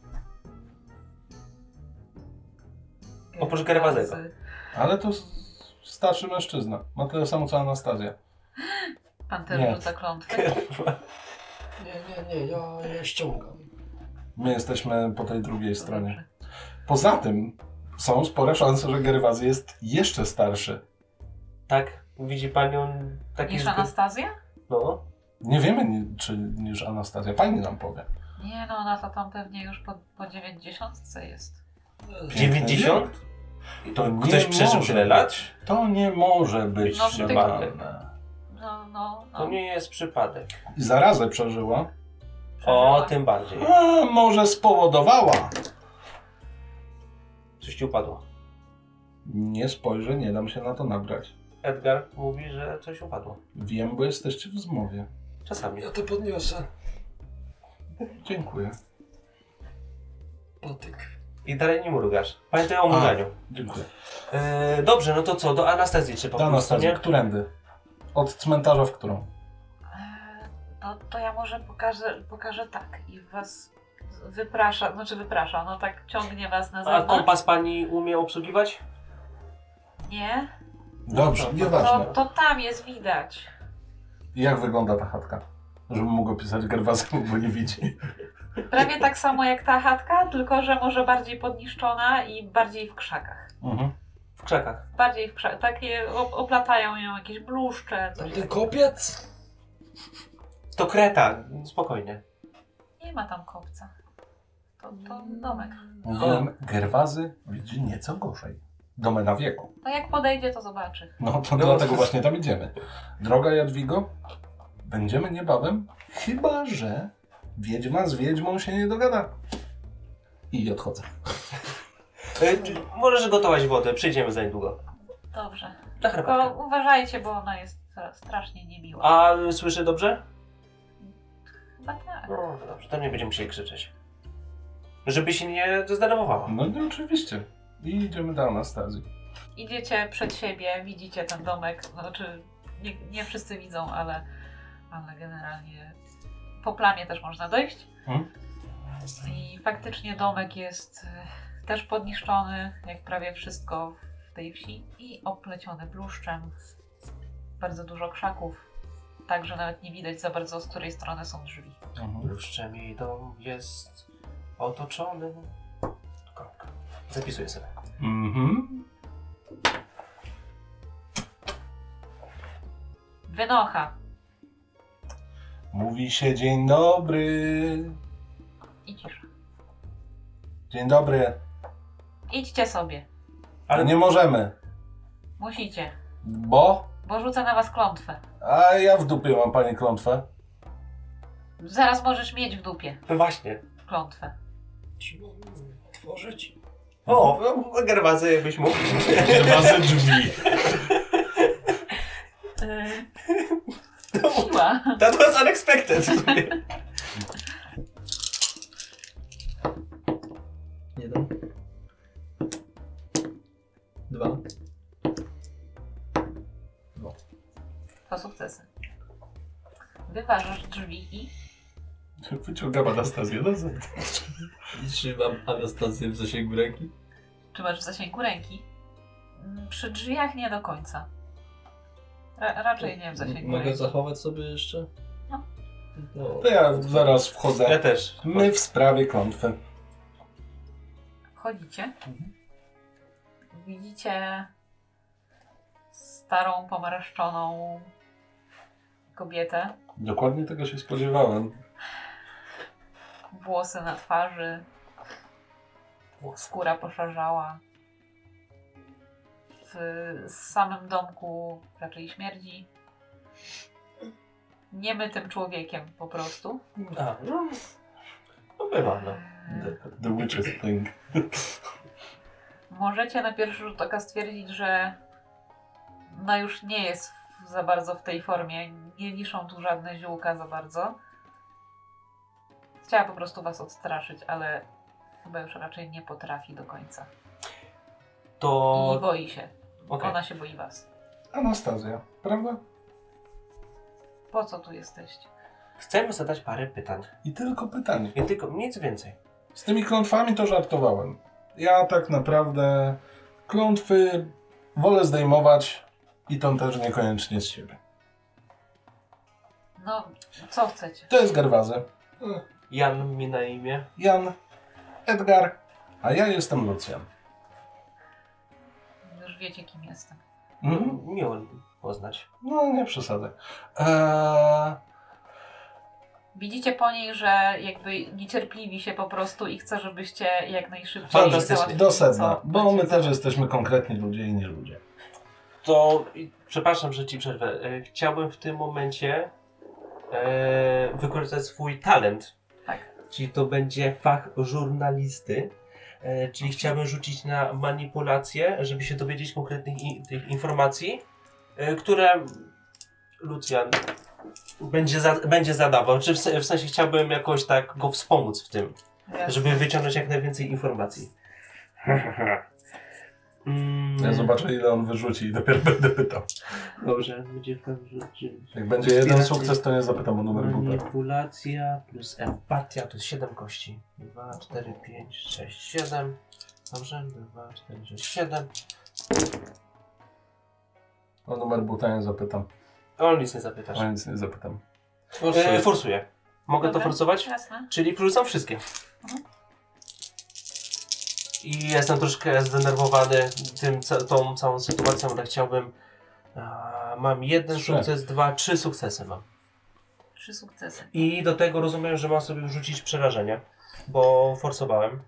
S1: Oprócz Gerwazego.
S2: ale to s- starszy mężczyzna. Ma tyle samo co Anastazja.
S3: Pan też
S2: Nie.
S3: rzuca klątwę.
S7: Nie, nie, nie, ja, ja ściągam.
S2: My jesteśmy po tej drugiej stronie. Poza tym są spore szanse, że Gerwazy jest jeszcze starszy.
S1: Tak, widzi panią taki
S3: Niż
S1: zbyt...
S3: Anastazja?
S1: No.
S2: Nie wiemy, ni- czy niż Anastazja. Pani nam powie.
S3: Nie no, ona to tam pewnie już po, po 90 jest.
S2: Piękny
S1: 90? To ktoś
S2: nie
S1: przeżył
S2: może
S1: tyle lat?
S2: być. To nie może być
S3: No, przytyk-
S2: normalne.
S3: No, no, no.
S1: To nie jest przypadek.
S2: I zarazę przeżyła.
S1: O,
S3: Przeżyła.
S1: tym bardziej.
S2: A może spowodowała?
S1: Coś ci upadło.
S2: Nie spojrzę, nie dam się na to nabrać.
S1: Edgar mówi, że coś upadło.
S2: Wiem, bo jesteście w zmowie.
S1: Czasami.
S7: Ja to podniosę.
S2: Dziękuję.
S7: Patyk.
S1: I dalej nie mrugasz. Pamiętaj o mruganiu.
S2: Dziękuję.
S1: E, dobrze, no to co? Do Anastazji trzeba po
S2: Dana
S1: prostu,
S2: Anastazja,
S1: nie?
S2: którędy? Od cmentarza w którą?
S3: Eee, No to ja może pokażę, pokażę tak i was wyprasza, znaczy wyprasza, no tak ciągnie was na
S1: A
S3: zewnątrz.
S1: kompas pani umie obsługiwać?
S3: Nie?
S2: Dobrze,
S3: To,
S2: nieważne.
S3: to tam jest widać.
S2: Jak wygląda ta chatka? Żebym mógł opisać gerwazem, bo nie widzi.
S3: Prawie tak samo jak ta chatka, tylko że może bardziej podniszczona i bardziej w krzakach.
S2: Mhm.
S1: W krzakach.
S3: Bardziej w krzakach. Takie op- oplatają ją jakieś bluszcze, coś
S7: Tamten
S3: takiego.
S7: kopiec?
S1: To kreta, spokojnie.
S3: Nie ma tam kopca. To, to domek.
S2: Mówiłem, gerwazy widzi nieco gorzej. Domena wieku.
S3: No jak podejdzie, to zobaczy.
S2: No to
S1: No,
S2: dlatego
S1: to-
S2: właśnie tam idziemy. Droga Jadwigo, będziemy niebawem, chyba że wiedźma z wiedźmą się nie dogada. I odchodzę.
S1: E, ty- możesz gotować wodę, przyjdziemy za niedługo.
S3: Dobrze.
S1: Na herbatkę.
S3: Tylko uważajcie, bo ona jest strasznie niemiła.
S1: A słyszy dobrze?
S3: Chyba tak.
S1: No dobrze, to nie będziemy się krzyczeć. Żeby się nie zdenerwowała.
S2: No i oczywiście. I idziemy do Anastazji.
S3: Idziecie przed siebie, widzicie ten domek. Znaczy, nie, nie wszyscy widzą, ale, ale generalnie po plamie też można dojść.
S2: Mhm.
S3: I faktycznie domek jest e, też podniszczony, jak prawie wszystko w tej wsi, i opleciony bluszczem. Bardzo dużo krzaków, także nawet nie widać za bardzo, z której strony są drzwi.
S1: Bluszczem jej dom jest otoczony. Kropka. Zapisuję sobie.
S2: Mhm.
S3: Wynocha!
S2: Mówi się dzień dobry.
S3: I cisza.
S2: Dzień dobry.
S3: Idźcie sobie.
S2: Ale nie możemy,
S3: Musicie,
S2: bo...
S3: bo rzucę na was klątwę.
S2: A ja w dupie mam pani klątwę.
S3: Zaraz możesz mieć w dupie
S1: No właśnie.
S3: klątwę.
S7: Ci mam tworzyć?
S1: O, no, gerwazy jakbyś mógł.
S2: Gerwazy drzwi.
S3: Siła.
S1: That was unexpected.
S6: Dwa.
S3: To sukcesy. Wyważasz drzwi i
S2: Wyciągam Anastazję na zewnątrz.
S6: Trzymam Anastazję w zasięgu ręki.
S3: czy masz w zasięgu ręki? Mm, Przy drzwiach nie do końca. Ra raczej nie w zasięgu
S6: Mogę
S3: ręki.
S6: zachować sobie jeszcze?
S3: No.
S6: No.
S2: To ja zaraz
S1: Ja
S2: wchodzę.
S1: też.
S2: My w sprawie klątwy.
S3: Wchodzicie. Widzicie starą, pomarszczoną kobietę.
S2: Dokładnie tego się spodziewałem.
S3: Włosy na twarzy. Skóra poszarzała. W samym domku raczej śmierdzi. Niemytym człowiekiem po prostu.
S1: A, no, no bywa, no.
S2: The witches thing.
S3: Możecie na pierwszy rzut oka stwierdzić, że no już nie jest w- za bardzo w tej formie. Nie wiszą tu żadne ziółka za bardzo. Chciała po prostu was odstraszyć, ale chyba już raczej nie potrafi do końca. I
S1: To...
S3: boi się.
S1: okej.
S3: Ona się boi was.
S2: Anastazja, prawda?
S3: Po co tu jesteście?
S1: Chcemy zadać parę pytań.
S2: I tylko pytanie.
S1: Nie tylko, nic więcej.
S2: Z tymi klątwami to żartowałem. Ja tak naprawdę klątwy wolę zdejmować i tą też niekoniecznie z siebie.
S3: No, co chcecie?
S2: To jest Gerwazy,
S1: Jan mi na imię.
S2: Jan, Edgar, a ja jestem Lucjan.
S3: Już wiecie, kim jestem.
S2: Mhm.
S1: Miło poznać.
S2: No, nie przesadzę. Eee,
S3: Widzicie po niej, że jakby niecierpliwi się po prostu i chce, żebyście jak najszybciej
S1: Fantastycznie.
S3: załatwili,
S2: do
S3: co
S2: sedna, bo my
S3: macie
S2: też jesteśmy konkretni ludzie i nie ludzie.
S1: To, i- przepraszam, że ci przerwę. E, Chciałbym w tym momencie e, wykorzystać swój talent.
S3: Tak.
S1: Czyli to będzie fach żurnalisty. E, czyli chciałbym rzucić na manipulację, żeby się dowiedzieć konkretnych i, tych informacji, e, które Lucjan będzie, za, będzie zadawał. Czy w, se- w sensie chciałbym jakoś tak go wspomóc w tym.
S3: Jasne.
S1: żeby wyciągnąć jak najwięcej informacji. mm,
S2: Ja zobaczę, ile on wyrzuci i dopiero będę pytał.
S1: Dobrze, będzie tam rzucić.
S2: Jak będzie jeden sukces, to nie zapytam o numer buta.
S1: Manipulacja plus empatia to jest 7 kości. 2, 4, 5, 6, 7. Dobrze, 2, 4, 6, 7.
S2: O numer buta nie zapytam,
S1: O nic nie zapytasz.
S2: o nic nie zapytam.
S1: E, forsuję. Mogę
S3: Dobra.
S1: to forsować?
S3: Jasne.
S1: Czyli wrzucam wszystkie.
S3: Mhm.
S1: I jestem troszkę zdenerwowany tym, ca- tą całą sytuacją, ale chciałbym. A, mam jeden
S2: Trzy.
S1: sukces, dwa, trzy sukcesy mam.
S3: Trzy sukcesy.
S1: I do tego rozumiem, że mam sobie wrzucić przerażenie, bo forsowałem.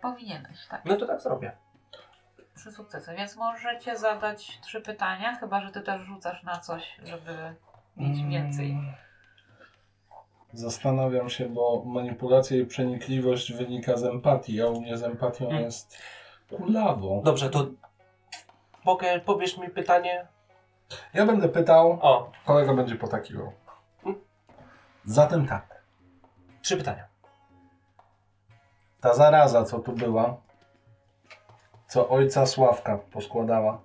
S3: Powinieneś, tak.
S1: No to tak zrobię.
S3: Trzy sukcesy, więc możecie zadać trzy pytania, chyba że ty też rzucasz na coś, żeby mieć więcej.
S2: Zastanawiam się, bo manipulacja i przenikliwość wynika z empatii, a u mnie z empatią
S3: Hmm.
S1: Mm.
S2: jest kulawą.
S1: Dobrze, to pokę, powiesz mi pytanie.
S2: Ja będę pytał,
S1: O,
S2: kolega będzie potakiwał.
S1: Mm.
S3: Hmm.
S2: Zatem tak,
S1: trzy pytania.
S2: ta zaraza, co tu była, co ojca Sławka poskładała.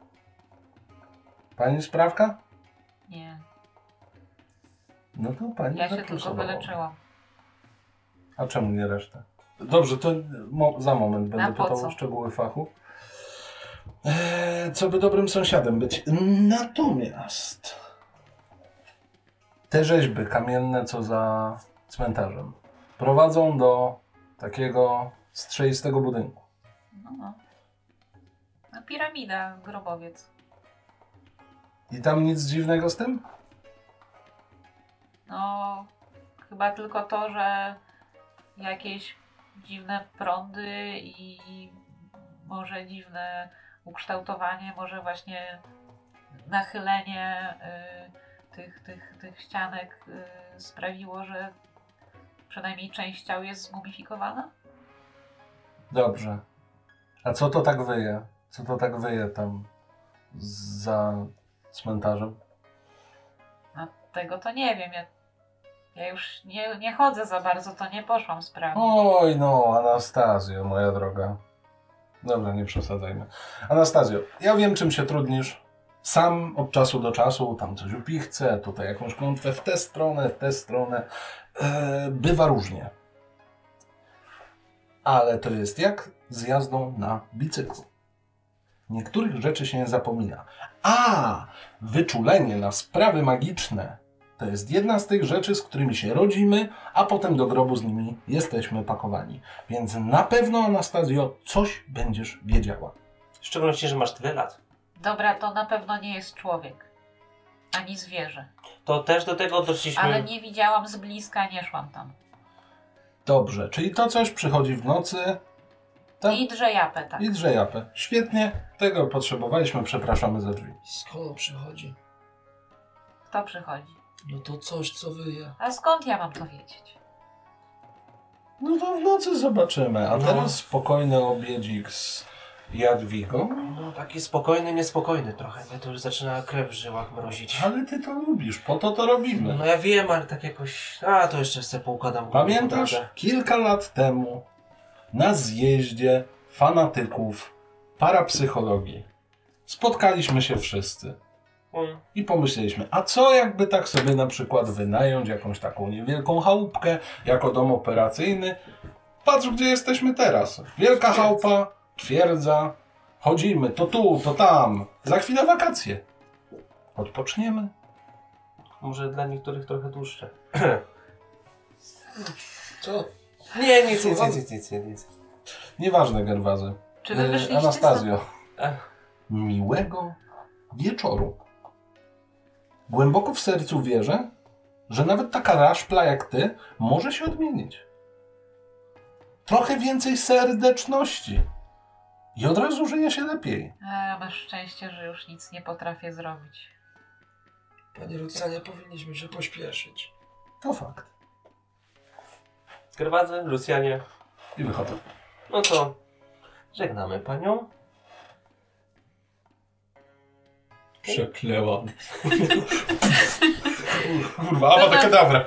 S2: Pani sprawka?
S3: Nie,
S2: No to pani
S3: ja się tylko
S2: zaprosowała.
S3: wyleczyłam.
S2: A czemu nie resztę? Dobrze, to mo- za moment będę
S3: A po
S2: pytał
S3: co?
S2: o szczegóły fachu. Eee, co by dobrym sąsiadem być? Natomiast te rzeźby kamienne, co za cmentarzem, prowadzą do takiego strzeistego budynku.
S3: No, no. no piramida, grobowiec.
S2: I tam nic dziwnego z tym?
S3: No, chyba tylko to, że jakieś dziwne prądy i może dziwne ukształtowanie, może właśnie nachylenie y, tych, tych, tych ścianek y, sprawiło, że przynajmniej część ciał jest zmumifikowana?
S2: Dobrze. A co to tak wyje? Co to tak wyje tam za cmentarzem?
S3: No, tego to nie wiem. Ja Ja już nie, nie chodzę za bardzo, to nie poszłam sprawdzić.
S2: Oj no, Anastazjo, moja droga. Dobra, nie przesadzajmy. Anastazjo, ja wiem czym się trudnisz. Sam od czasu do czasu tam coś upichcę, tutaj jakąś klątwę w tę stronę, w tę stronę. E, bywa różnie. Ale to jest jak z jazdą na bicyklu. Niektórych rzeczy się zapomina. A, wyczulenie na sprawy magiczne to jest jedna z tych rzeczy, z którymi się rodzimy, a potem do grobu z nimi jesteśmy pakowani. Więc na pewno, Anastazjo, coś będziesz wiedziała.
S1: W szczególności, że masz tyle lat.
S3: Dobra, to na pewno nie jest człowiek. Ani zwierzę.
S1: To też do tego doszliśmy.
S3: Ale nie widziałam z bliska, nie szłam tam.
S2: Dobrze, czyli to coś przychodzi w nocy Tak.
S3: I drzejapę, tak.
S2: i drzejapę. Świetnie, tego potrzebowaliśmy, przepraszamy za drzwi.
S7: Skąd on przychodzi?
S3: Kto przychodzi?
S7: No to coś, co wyje.
S3: A skąd ja mam to wiedzieć?
S2: No to w nocy zobaczymy, a
S1: No.
S2: teraz spokojny obiedzik z Jadwigą.
S1: No taki spokojny, niespokojny trochę. Mnie to już zaczyna krew w żyłach mrozić.
S2: Ale ty to lubisz, po to to robimy.
S1: No ja wiem, ale tak jakoś... A, to jeszcze sobie poukładam. głowę,
S2: Pamiętasz,
S1: podrażę.
S2: kilka lat temu na zjeździe fanatyków parapsychologii spotkaliśmy się wszyscy.
S1: Mm.
S2: I pomyśleliśmy, a co jakby tak sobie na przykład wynająć jakąś taką niewielką chałupkę jako dom operacyjny? Patrz, gdzie jesteśmy teraz. Wielka chałupa, twierdza, chodzimy to tu, to tam. Za chwilę wakacje. Odpoczniemy.
S1: Może dla niektórych trochę dłuższe.
S7: Co?
S1: Nie, nic, nic, nic, nic, nic, nic.
S2: Nieważne, Gerwazy.
S3: Czy wy
S2: E,
S3: wyszliście
S2: Anastazjo.
S1: Ach.
S2: Miłego wieczoru. Głęboko w sercu wierzę, że nawet taka raszpla jak ty może się odmienić. Trochę więcej serdeczności. I od razu żyje się lepiej.
S3: stąd? E, masz szczęście, że już nic nie potrafię zrobić.
S7: Panie Lucanie, powinniśmy się pośpieszyć.
S2: To fakt.
S1: Gerwadze, Lucjanie,
S2: I wychodzę.
S1: no to żegnamy panią.
S6: Przeklełam.
S2: Kurwa,
S3: No tak.
S2: ale taka dobra.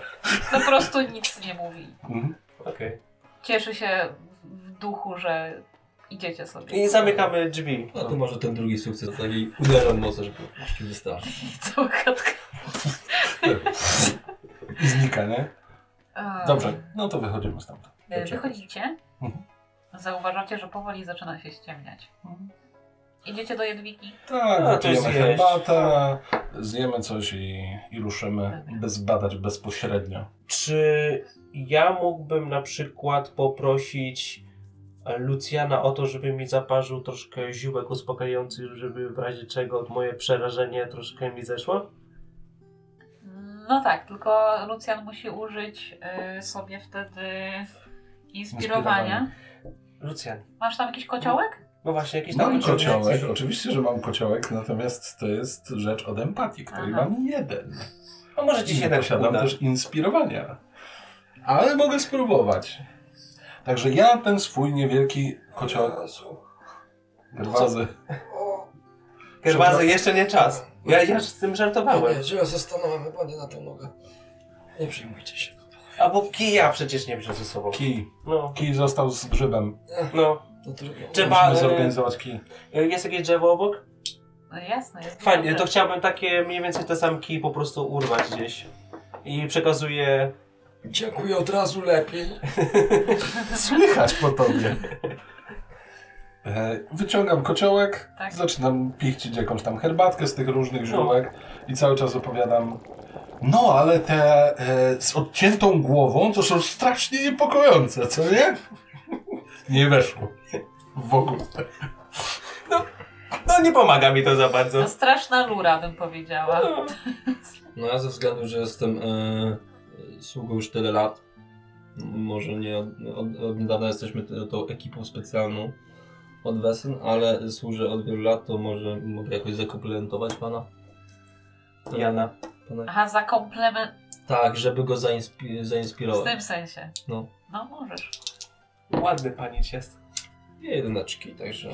S3: Po prostu nic nie mówi.
S2: Mhm.
S1: Okej.
S3: Cieszy się w duchu, że idziecie sobie.
S1: I zamykamy drzwi.
S6: No to może ten drugi sukces taki uderzam mocno, żeby się wystraszyć.
S3: To gadka.
S2: I znika, nie?
S3: E,
S2: Dobrze, no to wychodzimy stamtąd.
S3: e, Wychodzicie.
S2: Mhm.
S3: Zauważacie, że powoli zaczyna się ściemniać.
S2: Mhm.
S3: Idziecie do Jedwiki.
S2: Tak,
S1: A, No, to
S2: wypijemy
S1: jest jeść.
S2: herbatę, zjemy coś i, i ruszymy
S3: Tak.
S2: bez badać bezpośrednio.
S1: Czy ja mógłbym na przykład poprosić e, Lucjana o to, żeby mi zaparzył troszkę ziółek uspokajających, żeby w razie czego moje przerażenie troszkę mi zeszło?
S3: No tak, tylko Lucjan musi użyć y, sobie wtedy inspirowania.
S2: Inspirowania.
S1: Lucjan.
S3: Masz tam jakiś kociołek?
S1: No właśnie, jakiś tam
S2: Mam
S1: kociołek.
S2: kociołek, oczywiście, że mam kociołek, natomiast to jest rzecz od empatii, której
S3: Aha.
S2: mam jeden.
S1: A może ci się
S2: Nie
S1: tak
S2: posiadam
S1: uda.
S2: też inspirowania. Ale mogę spróbować. Także ja ten swój niewielki kociołek
S7: Jezu.
S2: gerwazy.
S7: O,
S1: Gerwazy, jeszcze nie czas. Ja, ja z tym żartowałem.
S7: panie, ja zastanawiam, chyba nie na tę nogę. Nie przejmujcie się.
S1: A bo kija przecież nie wziął ze sobą.
S2: Kij.
S1: No,
S2: Kij został z grzybem.
S1: no.
S7: To trudno.
S1: Trzeba- Ba-
S2: Musimy zorganizować kij.
S1: Y, Jest jakieś drzewo obok?
S3: No jasne, jest.
S1: Fajnie, to
S3: duży.
S1: chciałbym takie mniej więcej te sam kij po prostu urwać gdzieś. I przekazuję
S7: Dziękuję od razu lepiej.
S2: Słychać po tobie. E, Wyciągam kociołek,
S3: Tak.
S2: zaczynam pichcić jakąś tam herbatkę z tych różnych ziółek i cały czas opowiadam. No, ale te e, z odciętą głową to są strasznie niepokojące, co nie? Nie weszło. W ogóle.
S1: No nie pomaga mi to za bardzo.
S3: To straszna lura, bym powiedziała.
S6: No ja ze względu, że jestem e, sługą już tyle lat, m- może nie od, od, od niedawna jesteśmy t- tą ekipą specjalną od Wesen, ale służę od wielu lat, to może mogę jakoś zakomplementować pana. E,
S1: Jana.
S6: Pana.
S3: Aha, za komplement
S6: Tak, żeby go zainspi-
S3: w
S6: zainspirować.
S3: tym sensie.
S6: No.
S3: No możesz.
S1: Ładny panic jest.
S6: Nie jedyneczki, także...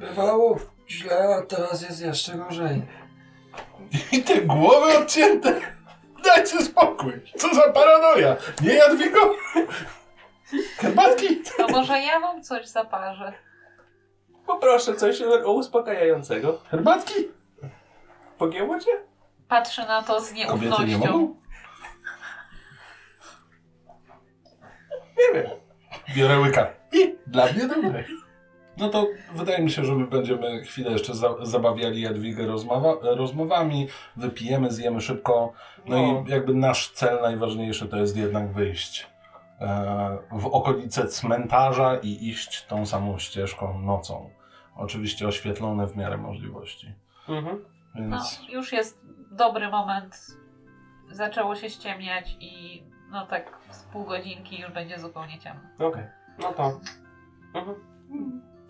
S7: Bywało źle, a teraz jest jeszcze gorzej.
S2: I te głowy odcięte. Dajcie spokój! Co za paranoja! Nie Jadwigo! Herbatki!
S3: To może ja wam coś zaparzę.
S1: Poproszę coś uspokajającego.
S2: Herbatki!
S1: Pogięło cię?
S3: Patrzę na to z
S2: Kobiety nie
S3: nieufnością.
S2: mogą?
S1: Nie wiem.
S2: Biorę łyka. I dla mnie dobre. No to wydaje mi się, że my będziemy chwilę jeszcze za zabawiali Jadwigę rozmowa rozmowami, wypijemy, zjemy szybko. No, i jakby nasz cel najważniejszy to jest jednak wyjść e, w okolice cmentarza i iść tą samą ścieżką nocą. Oczywiście oświetlone w miarę możliwości.
S1: Mhm.
S3: No,
S2: Więc
S3: już jest dobry moment. Zaczęło się ściemniać i no tak z pół godzinki już będzie zupełnie ciemno.
S1: Okej. No to. Mhm.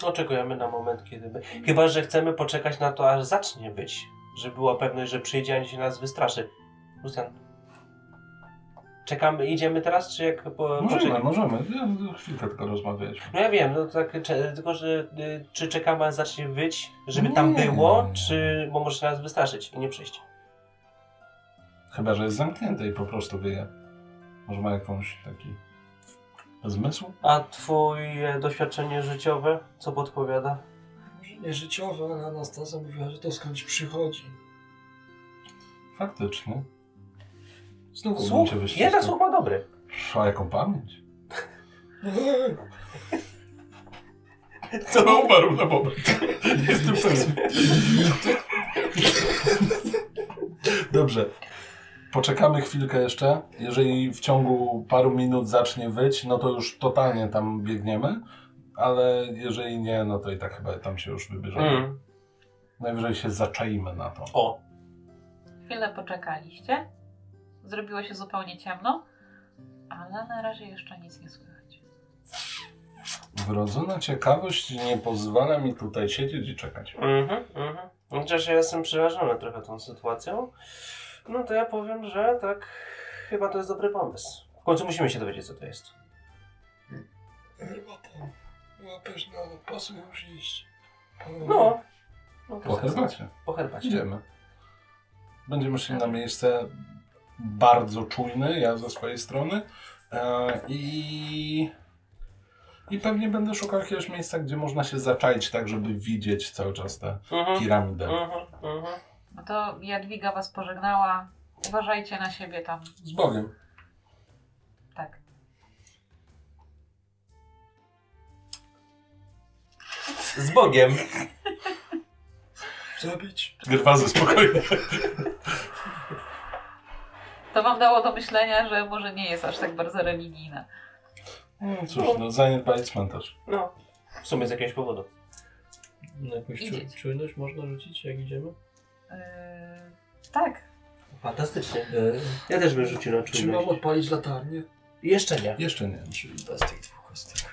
S1: Oczekujemy na moment, kiedy. By... Chyba, że chcemy poczekać na to, aż zacznie być. Żeby była pewność, że przyjdzie ani się nas wystraszy. Lucian. Czekamy, idziemy teraz, czy jak. Po,
S2: możemy,
S1: poczekamy?
S2: możemy. Ja- Chwilkę tylko rozmawialiśmy.
S1: No ja wiem, no tak, cze- tylko że y, czy czekamy, aż zacznie wyć, żeby tam
S2: Nie.
S1: było, czy. bo może się nas wystraszyć i nie przyjść.
S2: Chyba, że jest zamknięte i po prostu wyje. Może ma jakąś taki zmysł?
S1: A twoje doświadczenie życiowe, co podpowiada?
S7: Może nie życiowe, ale Anastaza mówiła, że to skądś przychodzi.
S2: Faktycznie. no Znowu
S1: Słuch?
S2: bym cię
S1: Jeden słuch ma dobry.
S2: Szła jaką pamięć.
S1: Co?
S2: No, umarł na moment. Jestem pewien. Dobrze. Poczekamy chwilkę jeszcze. Jeżeli w ciągu paru minut zacznie wyć, no to już totalnie tam biegniemy. Ale jeżeli nie, no to i tak chyba tam się już wybierzemy.
S1: Mm.
S2: Najwyżej się zaczaimy na to.
S1: O,
S3: Chwilę poczekaliście. Zrobiło się zupełnie ciemno, ale na razie jeszcze nic nie słychać.
S2: Wrodzona ciekawość nie pozwala mi tutaj siedzieć i czekać.
S1: Mhm, mhm. Chociaż ja jestem przerażony trochę tą sytuacją, no to ja powiem, że tak, chyba to jest dobry pomysł. W końcu musimy się dowiedzieć, co to jest.
S7: Ryba tam była pyszna, ale pasuje już iść. Panowie,
S1: No. no to
S2: Po
S1: jest-
S2: herbacie.
S1: Po herbacie.
S2: Idziemy. Będziemy szli na miejsce bardzo czujny, ja ze swojej strony. E, I... I pewnie będę szukał jakiegoś miejsca, gdzie można się zaczaić, tak żeby widzieć cały czas tę
S1: Mhm,
S2: piramidę.
S1: mhm, mhm.
S3: No to Jadwiga was pożegnała. Uważajcie na siebie tam.
S2: Z Bogiem.
S3: Tak.
S5: Z Bogiem.
S7: Zabić.
S2: Gerwazy spokojnie.
S3: To wam dało do myślenia, że może nie jest aż tak bardzo religijna.
S2: No cóż, no zaniedbali cmentarz.
S1: No, w sumie z jakiegoś powodu.
S6: Na No, jakąś
S3: Idziecie.
S6: czu- czujność można rzucić, jak idziemy?
S3: Yy, tak.
S1: Fantastycznie.
S6: E,
S1: Ja też bym rzucił na
S7: Czy mam odpalić latarnię?
S1: Jeszcze nie.
S2: Jeszcze nie.
S6: Czyli bez tych dwóch kostek.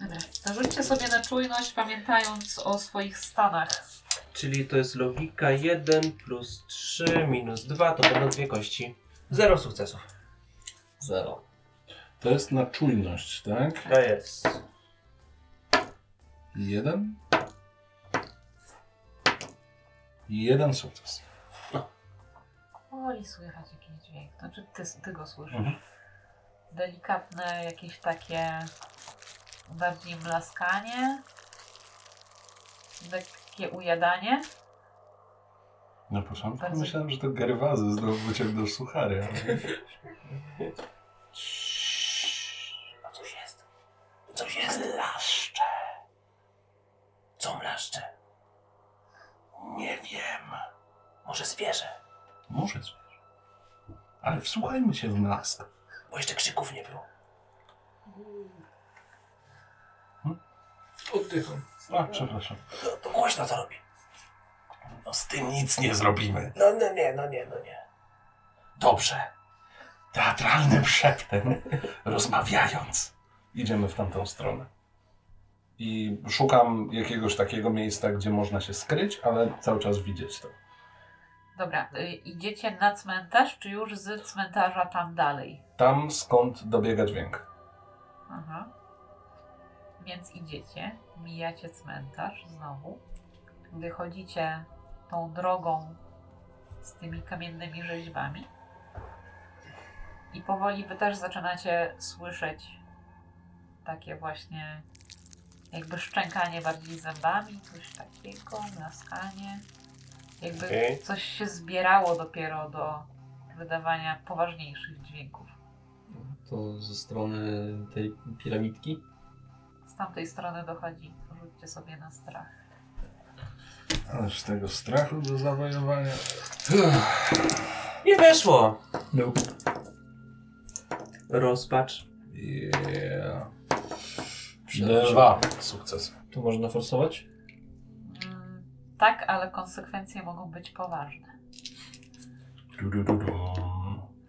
S3: Dobra. To rzućcie sobie na czujność, pamiętając o swoich stanach.
S1: Czyli to jest logika 1 plus 3 minus 2 to będą dwie kości. Zero sukcesów.
S6: Zero.
S2: To jest na czujność, tak?
S1: To jest.
S2: Jeden. Jeden sukces.
S3: Powoli słychać jakiś dźwięk. To czy ty, ty go słyszysz?
S2: Mhm.
S3: Delikatne jakieś takie bardziej mlaskanie. Takie ujadanie.
S2: Na początku
S3: Bardzo.
S2: No myślałem, że to gerwazy znowu wyciągnął suchary. ale-
S1: A coś jest. Coś jest. Mlaszcze. Co mlaszcze?
S2: Nie wiem.
S1: Może zwierzę.
S2: Może zwierzę. Ale wsłuchajmy się w mlask.
S1: Bo jeszcze krzyków nie było.
S7: Oddycham.
S2: A, przepraszam.
S1: No, to głośno to robi.
S2: No z tym nic nie zrobimy.
S1: No, no nie, no nie, no nie.
S2: Dobrze. Teatralnym szeptem, rozmawiając. Idziemy w tamtą stronę. I szukam jakiegoś takiego miejsca, gdzie można się skryć, ale cały czas widzieć to.
S3: Dobra, y, idziecie na cmentarz, czy już z cmentarza tam dalej?
S2: Tam, skąd dobiega dźwięk.
S3: Aha. Więc idziecie, mijacie cmentarz znowu. Wychodzicie tą drogą z tymi kamiennymi rzeźbami. I powoli wy też zaczynacie słyszeć takie właśnie jakby szczękanie bardziej zębami, coś takiego, mlaskanie. Jakby
S1: Okej.
S3: coś się zbierało dopiero do wydawania poważniejszych dźwięków.
S6: To ze strony tej piramidki.
S3: Z tamtej strony dochodzi. Rzućcie sobie na strach.
S2: Ależ tego strachu do zawojowania.
S1: I weszło.
S6: No.
S1: Rozpacz.
S2: Yeah.
S6: Przepraszam.
S2: Dwa sukcesy.
S6: To można forsować?
S3: Mm, tak, ale konsekwencje mogą być poważne.
S2: Du, du, du, du.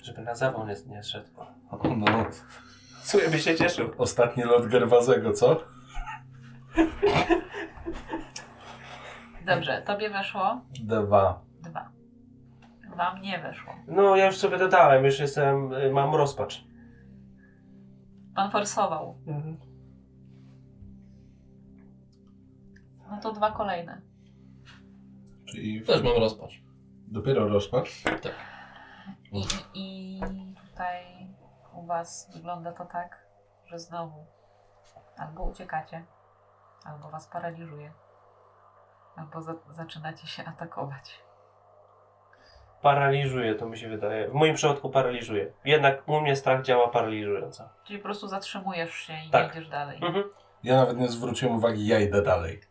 S1: Żeby na zawał nie, nie szedł.
S2: O, No,
S1: Słuchaj, by się cieszył.
S2: ostatni lot Gerwazego, co?
S3: Dobrze, tobie weszło
S2: Dwa.
S3: dwa. Wam nie weszło.
S1: No, ja już sobie dodałem, już jestem, y, mam rozpacz.
S3: Pan forsował.
S6: Mhm.
S3: No to dwa kolejne.
S2: Czyli
S6: Też mam rozpacz.
S2: dopiero rozpacz.
S3: I, I tutaj u was wygląda to tak, że znowu albo uciekacie, albo was paraliżuje, albo za zaczynacie się atakować.
S1: Paraliżuje, to mi się wydaje. W moim przypadku paraliżuje. Jednak u mnie strach działa paraliżująco.
S3: Czyli po prostu zatrzymujesz się i
S1: Tak.
S3: nie idziesz dalej.
S1: Mhm.
S2: Ja nawet nie zwróciłem uwagi, ja idę dalej.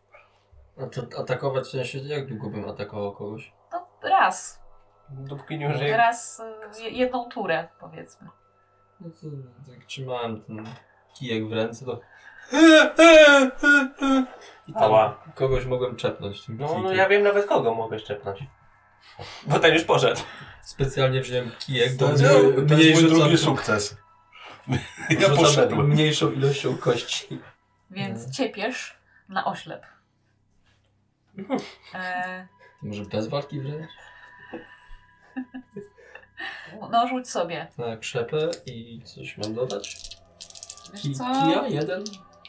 S6: A to Znaczy, atakować w sensie, jak długo bym atakował kogoś?
S3: No raz,
S1: Dopóki nie użyję
S3: raz y, jedną turę powiedzmy.
S6: No to jak trzymałem ten kijek w ręce, to... I tam
S1: Ała.
S6: kogoś mogłem czepnąć tym
S1: No,
S6: kijkiem.
S1: no ja wiem nawet kogo mogę szczepnąć. Bo ten już poszedł.
S6: Specjalnie wziąłem kijek,
S2: To
S6: bo
S2: jest mój, to jest mój
S6: rzucam-
S2: drugi sukces. Ja
S6: rzucam
S2: poszedłem.
S6: mniejszą ilością kości.
S3: Więc
S6: Mhm.
S3: ciepiesz na oślep. E,
S6: To może bez walki wręcz?
S3: no rzuć sobie.
S6: Na krzepę i coś mam dodać? Ki,
S3: Wiesz co?
S6: kija? Jeden?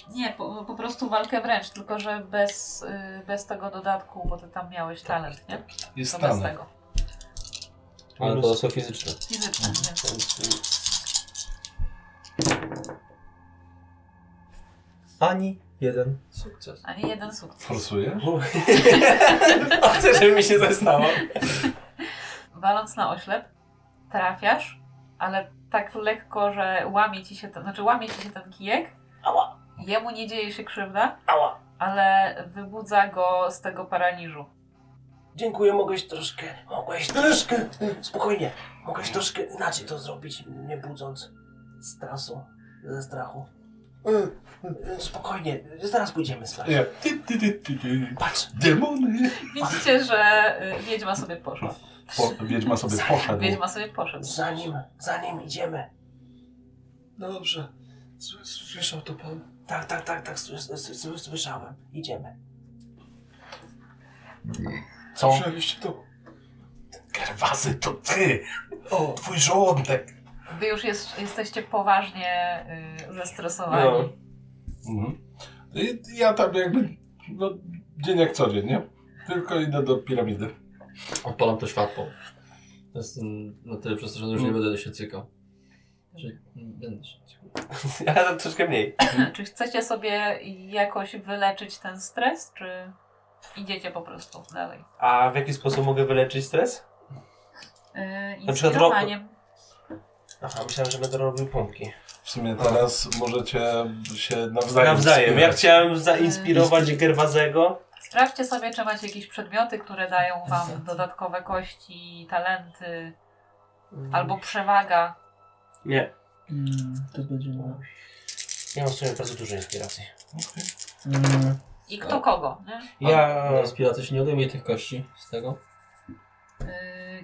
S3: Nie, po, po prostu walkę wręcz, tylko że bez, y, bez tego dodatku, bo ty tam
S6: Tak,
S3: miałeś talent, nie?
S2: Jest
S3: To bez
S2: stanę.
S3: tego.
S6: Ale to są fizyczne.
S3: Fizyczny, więc
S6: Mhm. Ani jeden sukces.
S3: ani jeden sukces.
S2: Forsujesz?
S1: A chcę, żeby mi się to stało.
S3: Waląc na oślep, trafiasz, ale tak lekko, że łamie ci się ten, znaczy łamie ci się ten kijek.
S1: Ała.
S3: Jemu nie dzieje się krzywda,
S1: Ała.
S3: ale wybudza go z tego paraliżu.
S1: Dziękuję, mogłeś troszkę, mogłeś troszkę, spokojnie, mogłeś troszkę inaczej to zrobić, nie budząc stresu, ze strachu. Spokojnie, zaraz pójdziemy z wami.
S2: Nie. Ty, ty, ty, ty, ty.
S1: Patrz,
S2: Demony!
S3: Widzicie, że y, wiedźma sobie poszła.
S2: Po, wiedźma sobie poszedł.
S3: Wiedźma sobie poszedł.
S1: zanim, zanim idziemy.
S7: Dobrze. S- Słyszał to pan?
S1: Tak, tak, tak, tak, sły- sły- sły- słyszałem, idziemy.
S2: Co?
S7: Słyszeliście to?
S2: Gerwazy, to ty!
S7: O,
S2: Twój żołądek!
S3: Wy już jest, jesteście poważnie y, zestresowani.
S1: No.
S2: Mhm. I ja tam jakby, no, dzień jak co dzień, nie? Tylko idę do piramidy.
S6: Odpalam to światło. Jestem na tyle przestraszony, że nie
S1: Mm.
S6: będę się cykał. Czyli będę się cykał.
S1: Ja troszkę mniej.
S3: Czy chcecie sobie jakoś wyleczyć ten stres, czy idziecie po prostu dalej? Y,
S1: A w jaki sposób mogę wyleczyć stres?
S3: Yy,
S1: Na przykład
S3: inspirowaniem.
S1: Aha, myślałem, że będę robił pompki.
S2: W sumie teraz możecie się
S1: Tak,
S2: nawzajem
S1: Nawzajem, ja
S2: wspierać.
S1: chciałem zainspirować Gerwazego.
S3: Sprawdźcie sobie, czy macie jakieś przedmioty, które dają wam dodatkowe kości, talenty albo przewaga.
S1: Nie, Mm,
S5: to będzie na...
S1: ja mam w sumie bardzo dużo inspiracji.
S2: Okej.
S5: Mm.
S3: I kto
S1: Tak.
S3: kogo, nie?
S1: Ja...
S6: no, Inspiracja się nie odejmie tych kości z tego.
S3: Yy,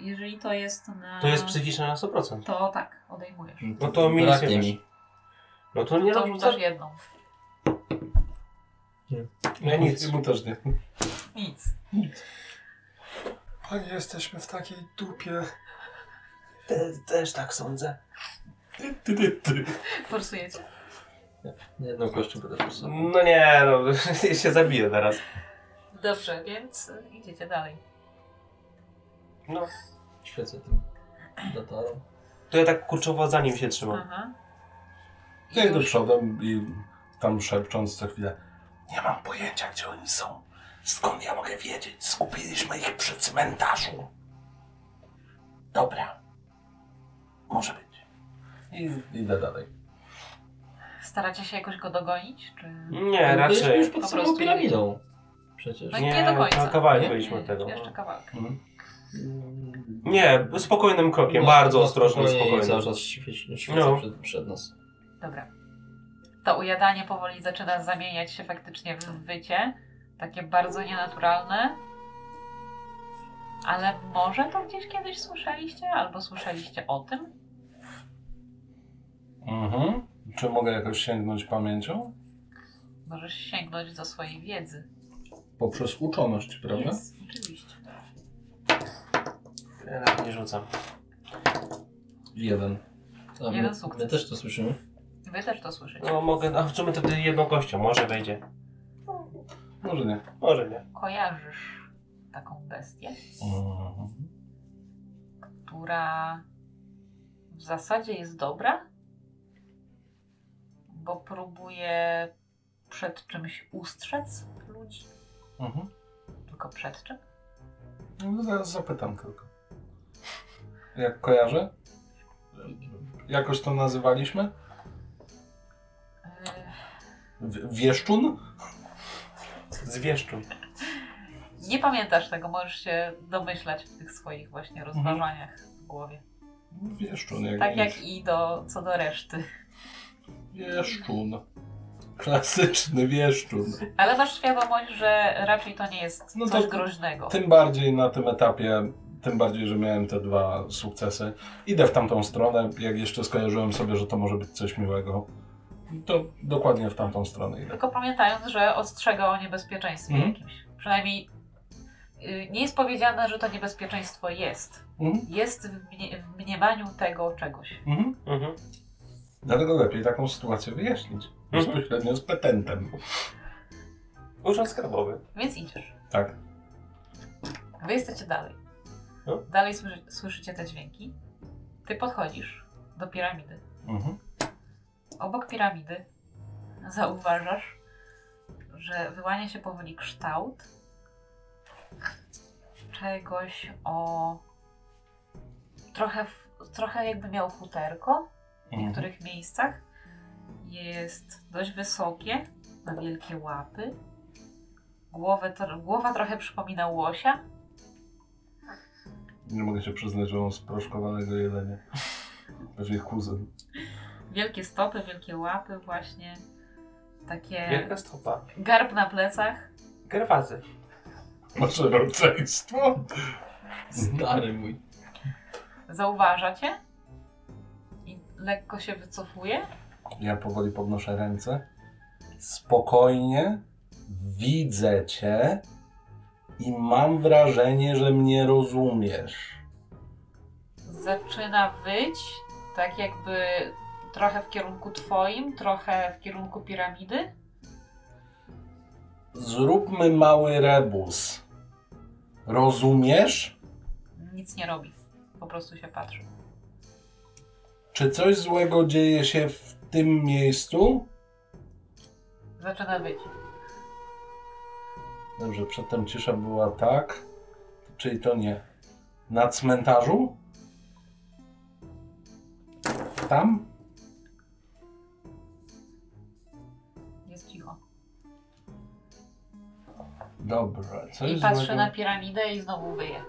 S3: jeżeli to jest na...
S1: To jest psychiczne na 100%.
S3: To tak, odejmujesz.
S1: No to mi nic nie
S6: Braknie
S1: wiesz.
S6: mi.
S1: No to nie
S3: to
S1: robisz
S3: rzucasz jedną.
S1: no Ja nic.
S2: I mu też nie.
S3: Nic.
S7: panie, jesteśmy w takiej dupie.
S1: Te, też tak sądzę.
S2: Ty, ty, ty, ty.
S3: Forsujecie.
S6: Nie, Jedną kością będę forsował.
S1: No nie, no się zabiję teraz.
S3: Dobrze, więc idziecie dalej.
S1: No.
S6: Świecę tym datarem.
S1: To ja tak kurczowo za nim się trzymam.
S3: Aha.
S1: No
S2: Ja idę przodem No i tam szepcząc co chwilę. Nie mam pojęcia, gdzie oni są. Skąd ja mogę wiedzieć? Skupiliśmy ich przy cmentarzu. Dobra. Może być. I idę dalej.
S3: Staracie się jakoś go dogonić? Czy...
S1: Nie,
S3: No
S6: Byliśmy już
S1: raczej.
S3: Po
S6: pod samą
S3: prostu
S6: piramidą. Przecież.
S3: No
S1: Nie,
S3: nie do końca.
S1: to kawałek
S6: Nie?
S1: byliśmy od tego.
S3: Jeszcze kawałek.
S1: Nie, spokojnym
S6: Mm.
S1: krokiem, bardzo ostrożnie i
S6: spokojnie. Cały
S1: spokojnym.
S6: czas świeci, świeci
S1: No.
S6: przed, przed nas.
S3: Dobra. To ujadanie powoli zaczyna zamieniać się faktycznie w wycie. Takie bardzo nienaturalne. Ale może to gdzieś kiedyś słyszeliście? Albo słyszeliście o tym?
S2: Mhm. Czy mogę jakoś sięgnąć pamięcią?
S3: Możesz sięgnąć do swojej wiedzy.
S2: Poprzez uczoność, prawda?
S3: Jest, oczywiście.
S1: Ja nawet nie rzucam.
S2: Jeden.
S6: A
S3: Jeden
S6: my,
S3: no sukces.
S6: my też to słyszymy.
S3: Wy też to słyszycie.
S1: No mogę, a w sumie to wtedy jedną kością, może wejdzie.
S2: Może nie.
S1: Może nie.
S3: Kojarzysz taką bestię,
S2: Mhm.
S3: która w zasadzie jest dobra, bo próbuje przed czymś ustrzec ludzi.
S2: Mhm.
S3: Tylko przed czym?
S2: No, zaraz zapytam tylko. Jak kojarzę? Jakoś to nazywaliśmy?
S3: Yy,
S2: W- wieszczun?
S1: Zwieszczuj.
S3: Nie pamiętasz tego, możesz się domyślać w tych swoich
S2: Mhm.
S3: właśnie rozważaniach w głowie.
S2: Wieszczun, jak
S3: Tak jak
S2: wiesz.
S3: i do, co do reszty.
S2: Wieszczun. Klasyczny wieszczun.
S3: Ale masz świadomość, że raczej to nie jest
S2: No
S3: coś
S2: to-
S3: groźnego.
S2: Tym bardziej na tym etapie, tym bardziej, że miałem te dwa sukcesy. Idę w tamtą stronę. Jak jeszcze skojarzyłem sobie, że to może być coś miłego, to dokładnie w tamtą stronę idę.
S3: Tylko pamiętając, że ostrzega o niebezpieczeństwie
S2: Mhm.
S3: jakimś. Przynajmniej y, nie jest powiedziane, że to niebezpieczeństwo jest.
S2: Mhm.
S3: Jest w, mnie, w mniemaniu tego czegoś.
S2: Mhm.
S1: Mhm.
S2: Dlatego lepiej taką sytuację wyjaśnić.
S1: Mhm.
S2: Bezpośrednio z petentem.
S1: Urząd skarbowy.
S3: Więc idziesz.
S2: Tak.
S3: Wy jesteście dalej.
S1: No.
S3: Dalej słyszy, słyszycie te dźwięki. Ty podchodzisz do piramidy.
S2: Mhm.
S3: Obok piramidy zauważasz, że wyłania się powoli kształt czegoś o trochę, w- trochę jakby miał futerko w
S2: Mhm.
S3: niektórych miejscach. Jest dość wysokie, ma wielkie łapy. Głowę, tro- głowa trochę przypomina łosia.
S2: Nie mogę się przyznać, że mam sproszkowanego jelenia. Pewnie kuzyn.
S3: Wielkie stopy, wielkie łapy właśnie. Takie
S1: Wielka stopa.
S3: garb na plecach.
S1: Gerwazy.
S2: Może rodzeństwo?
S1: Mhm.
S6: Stary mój.
S3: Zauważa cię i lekko się wycofuje.
S2: Ja powoli podnoszę ręce. Spokojnie. Widzę cię. I mam wrażenie, że mnie rozumiesz.
S3: Zaczyna wyć, tak jakby trochę w kierunku twoim, trochę w kierunku piramidy.
S2: Zróbmy mały rebus. Rozumiesz?
S3: Nic nie robi, po prostu się patrzy.
S2: Czy coś złego dzieje się w tym miejscu?
S3: Zaczyna wyć.
S2: Dobrze, przedtem cisza była tak. Czyli to nie. Na cmentarzu? Tam?
S3: Jest cicho.
S2: Dobra, coś
S3: I patrzy
S2: złego.
S3: na piramidę i znowu wyje.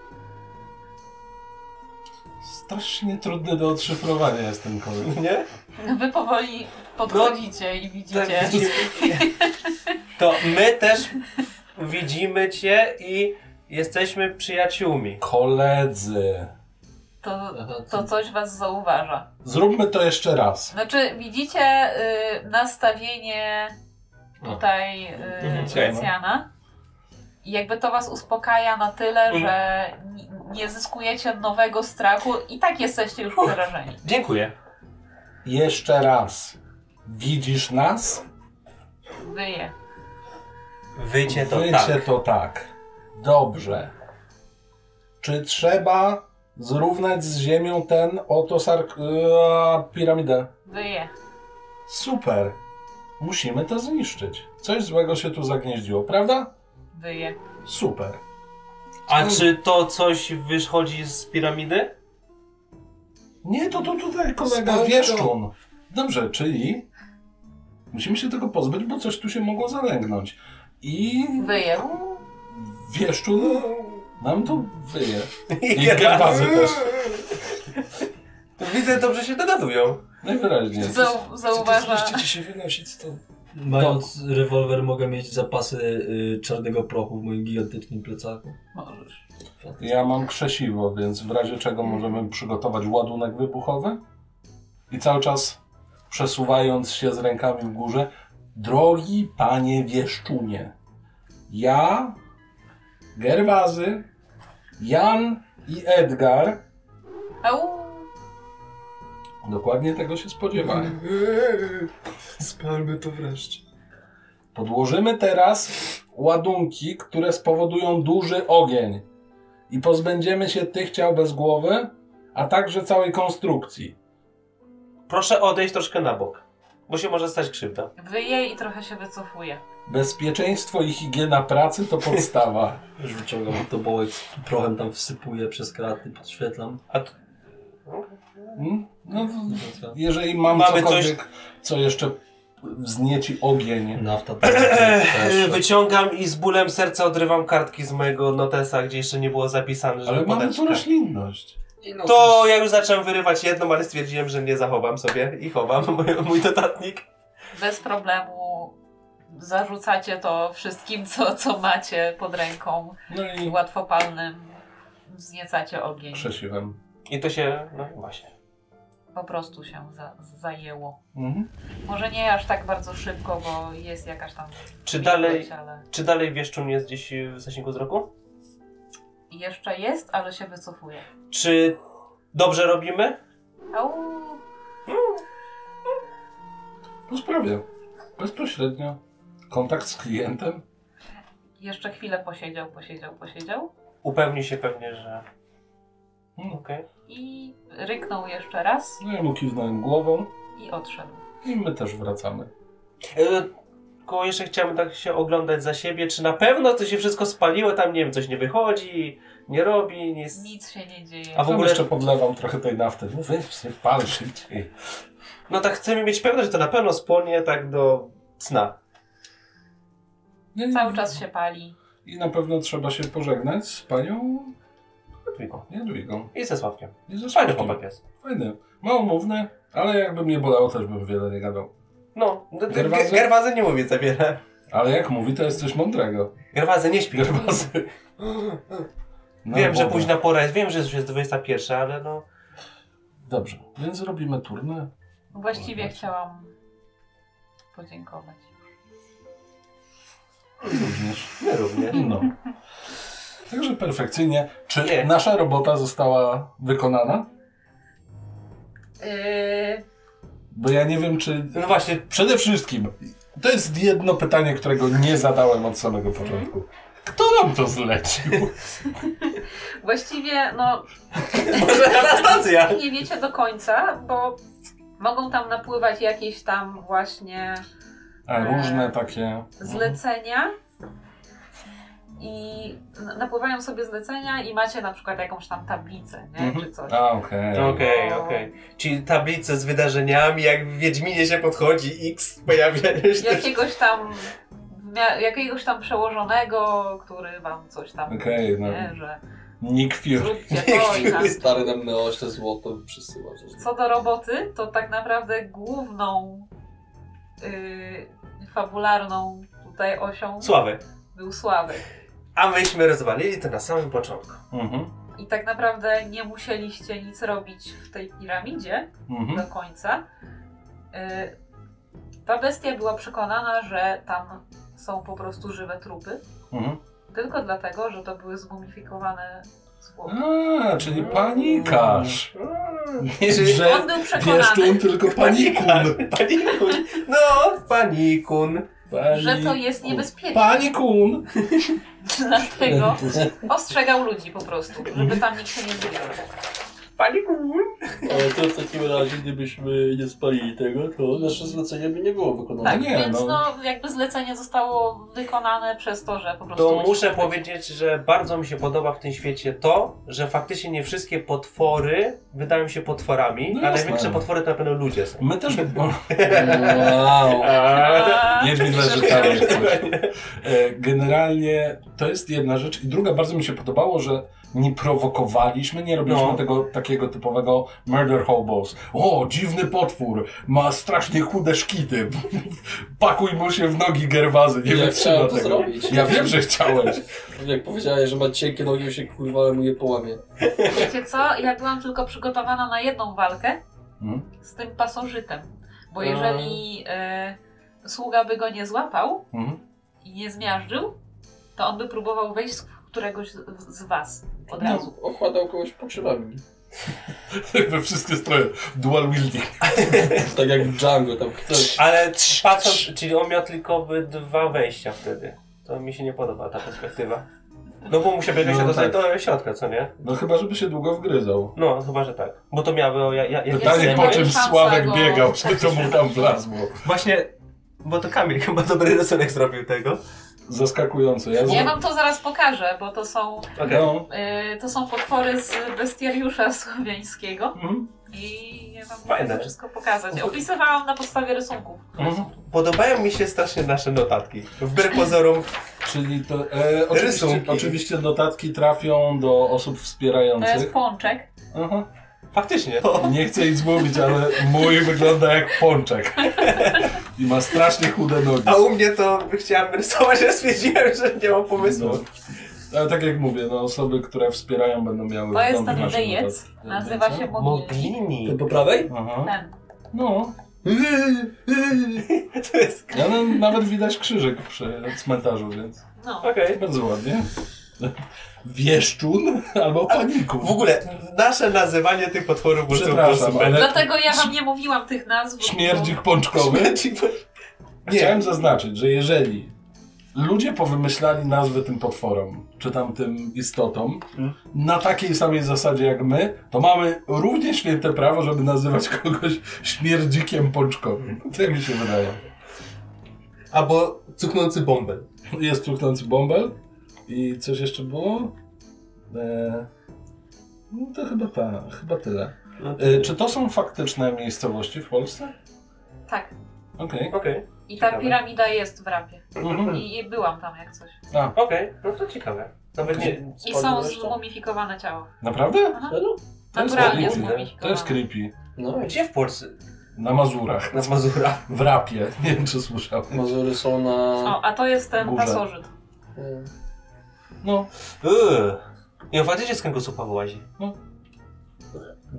S2: Strasznie trudny do odszyfrowania jest ten kolor.
S1: Nie?
S3: Wy powoli podchodzicie i widzicie.
S1: Tak, widzimy. To my też widzimy cię i jesteśmy przyjaciółmi.
S2: Koledzy.
S3: To,
S6: Aha,
S3: to coś was zauważa.
S2: Zróbmy to jeszcze raz.
S3: Znaczy, widzicie y, nastawienie tutaj
S1: Mhm,
S3: y,
S1: ciekawe.
S3: Lucjana. I jakby to was uspokaja na tyle,
S1: Mhm.
S3: że ni- nie zyskujecie nowego strachu i tak jesteście już przerażeni.
S1: Dziękuję.
S2: Jeszcze raz. Widzisz nas?
S3: Wyje.
S1: Wycie to
S2: Wycie
S1: tak.
S2: to tak. Dobrze. Czy trzeba zrównać z ziemią ten oto sark... eee, piramidę.
S3: Wyje.
S2: Super. Musimy to zniszczyć. Coś złego się tu zagnieździło, prawda?
S3: Wyje.
S2: Super.
S1: A czy to coś wychodzi z piramidy?
S2: Nie, to, to tutaj kolega
S4: Spalmy
S2: wieszczun. Dobrze, czyli musimy się tego pozbyć, bo coś tu się mogło zalęgnąć. I
S3: Wyje.
S2: wieszczun nam tu wyje. I gerwazy też.
S6: Widzę, dobrze się dogadują.
S2: Najwyraźniej.
S3: Zau- zauważa.
S7: Chcecie się wynosić stąd.
S6: Mając rewolwer mogę mieć zapasy y, czarnego prochu w moim gigantycznym plecaku.
S3: Możesz.
S2: Ja mam krzesiwo, więc w razie czego możemy przygotować ładunek wybuchowy. I cały czas przesuwając się z rękami w górze. Drogi panie wieszczunie, ja, Gerwazy, Jan i Edgar
S3: Au.
S2: dokładnie tego się spodziewałem.
S7: Eee, Spalmy to wreszcie.
S2: Podłożymy teraz ładunki, które spowodują duży ogień i pozbędziemy się tych ciał bez głowy, a także całej konstrukcji.
S1: Proszę odejść troszkę na bok, bo się może stać krzywda.
S3: Wyje i trochę się wycofuje.
S2: Bezpieczeństwo i higiena pracy to podstawa.
S6: Już wyciągam to bołek, prochem tam wsypuję przez kraty, podświetlam.
S1: A t-
S2: Hmm? No, w-
S1: Mhm.
S2: jeżeli mam
S1: Mamy
S2: cokolwiek, co jeszcze wznieci ogień,
S6: Nafta
S2: tak.
S1: e,
S6: też.
S1: Wyciągam i z bólem serca odrywam kartki z mojego notesa, gdzie jeszcze nie było zapisane, żeby
S2: ale mamy
S1: podać.
S2: tu roślinność.
S7: no
S1: To ja już zacząłem wyrywać jedną, ale stwierdziłem, że nie zachowam sobie i chowam mój, mój dodatnik.
S3: Bez problemu zarzucacie to wszystkim, co, co macie pod ręką.
S2: No i
S3: Łatwopalnym wzniecacie ogień.
S2: krzesiwem.
S1: I to się, no właśnie.
S3: Po prostu się za, zajęło.
S2: Mhm.
S3: Może nie aż tak bardzo szybko, bo jest jakaś tam
S1: Czy dalej,
S3: wilgoć, ale
S1: czy dalej wieszczun jest gdzieś y, w zasięgu wzroku?
S3: jeszcze jest, ale się wycofuje.
S1: Czy dobrze robimy?
S3: Au.
S2: Po sprawie. Bezpośrednio. Kontakt z klientem.
S3: Jeszcze chwilę posiedział, posiedział, posiedział
S1: Upewni się pewnie, że...
S2: Mm.
S1: Okej.
S3: i ryknął jeszcze raz
S2: No ja mu kiwnąłem głową
S3: i odszedł.
S2: i my też wracamy.
S1: E, Tylko jeszcze chciałbym tak się oglądać za siebie, czy na pewno to się wszystko spaliło, tam nie wiem, coś nie wychodzi, nie robi, nic.
S3: Nic się nie dzieje.
S1: A
S2: A
S1: w
S2: w
S1: ogóle-
S2: jeszcze podlewam trochę tej nafty. No weź się, pal szybciej.
S1: No tak chcemy mieć pewność, że to na pewno spłonie tak do sna.
S2: No i-
S3: Cały czas się pali.
S2: I na pewno trzeba się pożegnać z panią
S1: Tylko.
S2: Jadwigą.
S1: I ze Sławkiem.
S2: I ze
S1: Fajny
S2: Sławkiem.
S1: chłopak jest.
S2: Fajny. Małomówny, ale jakby mnie bolało, też bym wiele nie gadał.
S1: No, d- d-
S2: Gerwazy?
S1: Ge- Gerwazy nie mówi za wiele.
S2: Ale jak mówi, to jest coś mądrego.
S1: Gerwazy nie śpi.
S2: Gerwazy. No
S1: Wiem, że
S2: Boże.
S1: późna pora jest, wiem, że już jest 21, ale no...
S2: Dobrze, więc robimy turnę.
S3: Właściwie
S2: Dobra.
S3: chciałam podziękować.
S2: Również.
S1: My również.
S2: No. Także perfekcyjnie. Czy
S1: Nie.
S2: nasza robota została wykonana?
S3: Yy,
S2: Bo ja nie wiem, czy...
S1: No właśnie,
S2: Przede wszystkim, to jest jedno pytanie, którego nie zadałem od samego początku. Kto nam to zlecił?
S3: właściwie no
S1: może Anastazja!
S3: nie wiecie do końca, bo mogą tam napływać jakieś tam właśnie
S2: A, różne takie...
S3: zlecenia i n- napływają sobie zlecenia i macie na przykład jakąś tam tablicę, nie?
S2: Mhm.
S3: Czy coś.
S2: A, okej.
S1: No, Okej, okej. Czyli tablice z wydarzeniami, jak w Wiedźminie się podchodzi, X pojawia się.
S3: Jakiegoś tam w mia- jakiegoś tam przełożonego, który wam coś tam
S2: Okej, no.
S3: nie, że
S2: Nick Fury.
S3: zróbcie to i tam.
S4: Stary nam neośle złoto przysyła.
S3: Co do roboty, to tak naprawdę główną yy, fabularną tutaj osią
S1: Sławy.
S3: był Sławek.
S1: A myśmy rozwalili to na samym początku.
S2: Mhm.
S3: I tak naprawdę nie musieliście nic robić w tej piramidzie,
S2: Mhm.
S3: do końca. Y, Ta bestia była przekonana, że tam są po prostu żywe trupy,
S2: Mhm.
S3: tylko dlatego, że to były zmumifikowane zwłoki.
S2: Mhm. A, czyli panikarz.
S1: Jeżeli-
S2: Że
S3: On był przekonany,
S2: wieszczun tylko panikun.
S1: Panikun. No, panikun.
S2: Pani...
S3: że to jest niebezpieczne.
S2: Panikun!
S3: Dlatego ostrzegał ludzi po prostu, żeby tam nikt się nie zgubił.
S1: Pani Kumun!
S6: Ale to w takim razie, gdybyśmy nie spalili tego, to nasze zlecenie by nie było wykonane.
S3: Tak,
S2: nie,
S3: więc
S2: no.
S3: no jakby zlecenie zostało wykonane przez to, że po prostu...
S1: To
S3: ludzie-
S1: muszę powiedzieć, że bardzo mi się podoba w tym świecie to, że faktycznie nie wszystkie potwory wydają się potworami,
S2: No
S1: a
S2: jasne.
S1: największe potwory to na pewno ludzie są.
S2: My też, bo
S6: Wow.
S3: A,
S2: Niezwykle
S3: żeby-
S2: rzetelnie. E, Generalnie to jest jedna rzecz. I druga, bardzo mi się podobało, że nie prowokowaliśmy, nie robiliśmy
S1: No.
S2: tego takiego typowego murder hobos. O, dziwny potwór, ma strasznie chude szkity. Pakuj mu się w nogi gerwazy, nie
S6: Ja
S2: wytrzyma
S6: chciałem to
S2: tego.
S6: zrobić.
S2: Ja wiem, że chciałeś.
S6: Jak powiedziałeś, że ma cienkie nogi, już się kurwa, ale mu je połamie.
S3: Wiecie co? Ja byłam tylko przygotowana na jedną walkę
S2: Mhm.
S3: z tym pasożytem. Bo jeżeli e, sługa by go nie złapał
S2: Mhm.
S3: i nie zmiażdżył, to on by próbował wejść z któregoś z, z was od
S6: No,
S3: razu.
S6: okładał kogoś pokrzywami.
S2: We wszystkie stroje. Dual wielding.
S6: Tak jak w Django, tam chcesz.
S1: Ale patrząc, czyli on miał tylko by dwa wejścia wtedy. To mi się nie podoba ta perspektywa. No bo musiałby jakoś
S2: No
S1: się dostać
S2: tak.
S1: do środka, co nie?
S2: No chyba, żeby się długo wgryzał.
S1: No, chyba, że tak. Bo to miało... Ja, ja, ja,
S2: Pytanie,
S3: jestem
S2: po czym
S3: szansa
S2: Sławek
S3: go-
S2: biegał, że to mu tam wlazło.
S1: Właśnie, bo to Kamil chyba dobry rysunek zrobił tego.
S2: Zaskakujące. Ja,
S3: Ja wam to zaraz pokażę, bo to są,
S2: No.
S3: e, to są potwory z bestiariusza słowiańskiego.
S2: Mhm.
S3: I ja wam
S1: Fajne.
S3: mogę to wszystko pokazać. Opisywałam na podstawie rysunków.
S2: Mhm.
S1: Podobają mi się strasznie nasze notatki. Wbrew pozorom
S2: Czyli to. E, oczywiście,
S1: Rysunki.
S2: oczywiście dodatki trafią do osób
S3: To
S2: wspierających.
S3: jest pączek.
S2: Aha.
S1: faktycznie.
S2: Nie chcę nic mówić, ale mój wygląda jak pączek. I ma strasznie chude nogi.
S1: A u mnie to chciałem rysować, ale stwierdziłem, że nie mam pomysłu.
S2: No. Ale tak jak mówię, no osoby, które wspierają będą miały
S3: To jest
S2: nogi
S3: ten
S2: nasze
S3: wyjec.
S2: dodatki.
S3: Nazywa się Mogli.
S1: Moglini.
S6: Ten po prawej?
S2: Aha.
S3: Ten.
S2: No.
S1: To jest...
S2: Ja no, nawet widać krzyżyk przy cmentarzu, więc
S3: No.
S1: Okej.
S2: bardzo ładnie. Wieszczun albo paników.
S1: W ogóle, nasze nazywanie tych potworów było po
S2: Przepraszam,
S1: prostu
S2: ale-
S3: Dlatego ja wam nie mówiłam tych nazw. bo-
S2: Śmierdzik pączkowy. Chciałem zaznaczyć, że jeżeli ludzie powymyślali nazwy tym potworom, czy tamtym istotom,
S1: Mhm.
S2: na takiej samej zasadzie jak my, to mamy równie święte prawo, żeby nazywać kogoś śmierdzikiem pączkowym. Tak mi się wydaje.
S6: Albo cuknący bąbel.
S2: Jest cuchnący bąbel i coś jeszcze było? E... No to chyba, ta, chyba tyle.
S1: No to-
S2: E, czy to są faktyczne miejscowości w Polsce?
S3: Tak.
S2: Okej.
S1: Okej,
S3: I ta
S1: Ciekawe. Hmm.
S3: piramida jest w rampie.
S2: Mhm.
S3: I, I byłam tam jak coś.
S2: A,
S1: okej, no to ciekawe. Nawet nie...
S3: I są zmumifikowane ciała.
S2: naprawdę?
S3: Aha.
S6: Serio?
S2: To jest
S3: Naturalnie
S2: creepy. To
S3: zmumifikowane.
S2: jest creepy.
S6: No.
S1: Gdzie w Polsce?
S2: Na Mazurach.
S1: Na Mazura.
S2: W rapie. Nie wiem, czy słyszałem.
S6: Mazury są na... e,
S3: O, a to jest ten
S2: Burza.
S3: pasożyt.
S2: No,
S1: Yy. I on faktycznie z kręgosłupa wyłazi.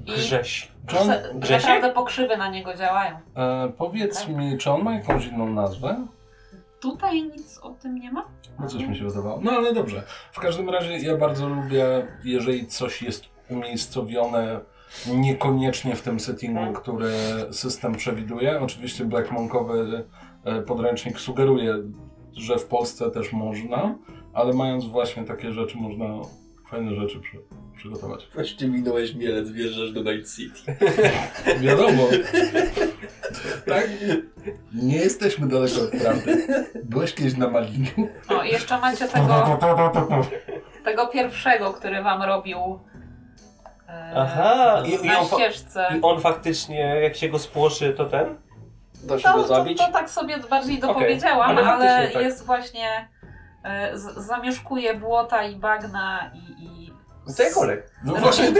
S3: I
S1: Grześ.
S2: czy on,
S3: se-
S1: Grzesiek?
S3: naprawdę pokrzywy na niego działają.
S2: e, powiedz mi, czy on ma jakąś inną nazwę?
S3: Tutaj nic o tym nie ma?
S2: No coś mi się wydawało. No ale dobrze. W każdym razie ja bardzo lubię, jeżeli coś jest umiejscowione niekoniecznie w tym settingu, który system przewiduje. Oczywiście Black Monkowy e, podręcznik sugeruje, że w Polsce też można, ale mając właśnie takie rzeczy można fajne rzeczy przy, przygotować.
S6: Właśnie minąłeś mielec, wjeżdżasz do Night City.
S2: Wiadomo. tak? Nie jesteśmy daleko od prawdy. Byłeś kiedyś na Maliniu?
S3: O, No, i jeszcze macie tego, tego pierwszego, który wam robił. e,
S1: Aha, i- i
S3: na
S1: on fa-
S3: ścieżce.
S1: I on faktycznie, jak się go spłoszy, to ten?
S6: Da się
S3: To,
S6: go
S3: to,
S6: zabić?
S3: to tak sobie bardziej dopowiedziałam,
S1: ale
S3: ale,
S1: faktycznie tak.
S3: jest właśnie. e, Z, zamieszkuje błota i bagna i, i
S1: Zajkolek.
S2: No właśnie,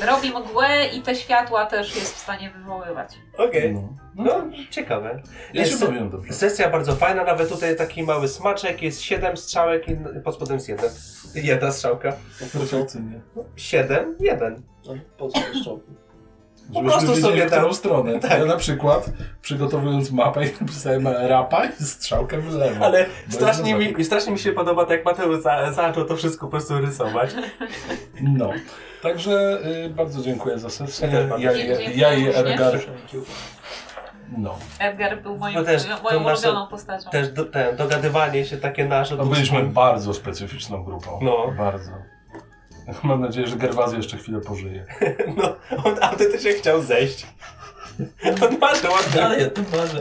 S2: to
S3: robi mgłę i te światła też jest w stanie wywoływać.
S1: Okej.
S2: no.
S1: No, ciekawe.
S2: Ja się
S1: Jest-
S2: bawiłem dobrze.
S1: Sesja bardzo fajna, nawet tutaj taki mały smaczek, jest 7 strzałek i pod spodem jest jeden. Jedna strzałka.
S2: Perfekcyjnie.
S1: 7, 1.
S6: A no, Po co to szczopi?
S1: Po prostu
S2: wiedzieli,
S1: sobie
S2: w którą
S1: tam- Tak.
S2: stronę. Ja na przykład przygotowując mapę napisałem rapa i strzałkę w lewo.
S1: Ale
S2: Bo
S1: strasznie
S2: jest
S1: mi, strasznie mi się podoba, tak jak Mateusz za, zaczął to wszystko po prostu rysować.
S2: No. Także y, bardzo dziękuję za sesję.
S1: Ja też bardzo
S2: Ja, je,
S3: dziękuję.
S2: ja je Edgar No.
S3: Edgar był moim,
S1: No też,
S3: moją
S1: to
S3: ulubioną
S1: nasze-
S3: postacią.
S1: Też do, ten, dogadywanie się takie nasze.
S2: To byliśmy bardzo specyficzną grupą.
S1: No.
S2: Bardzo. Mam nadzieję, że Gerwazy jeszcze chwilę pożyje.
S1: No, on autentycznie chciał zejść. On marzy o tym.
S6: Dalej, to może.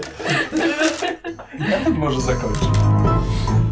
S2: Może zakończy.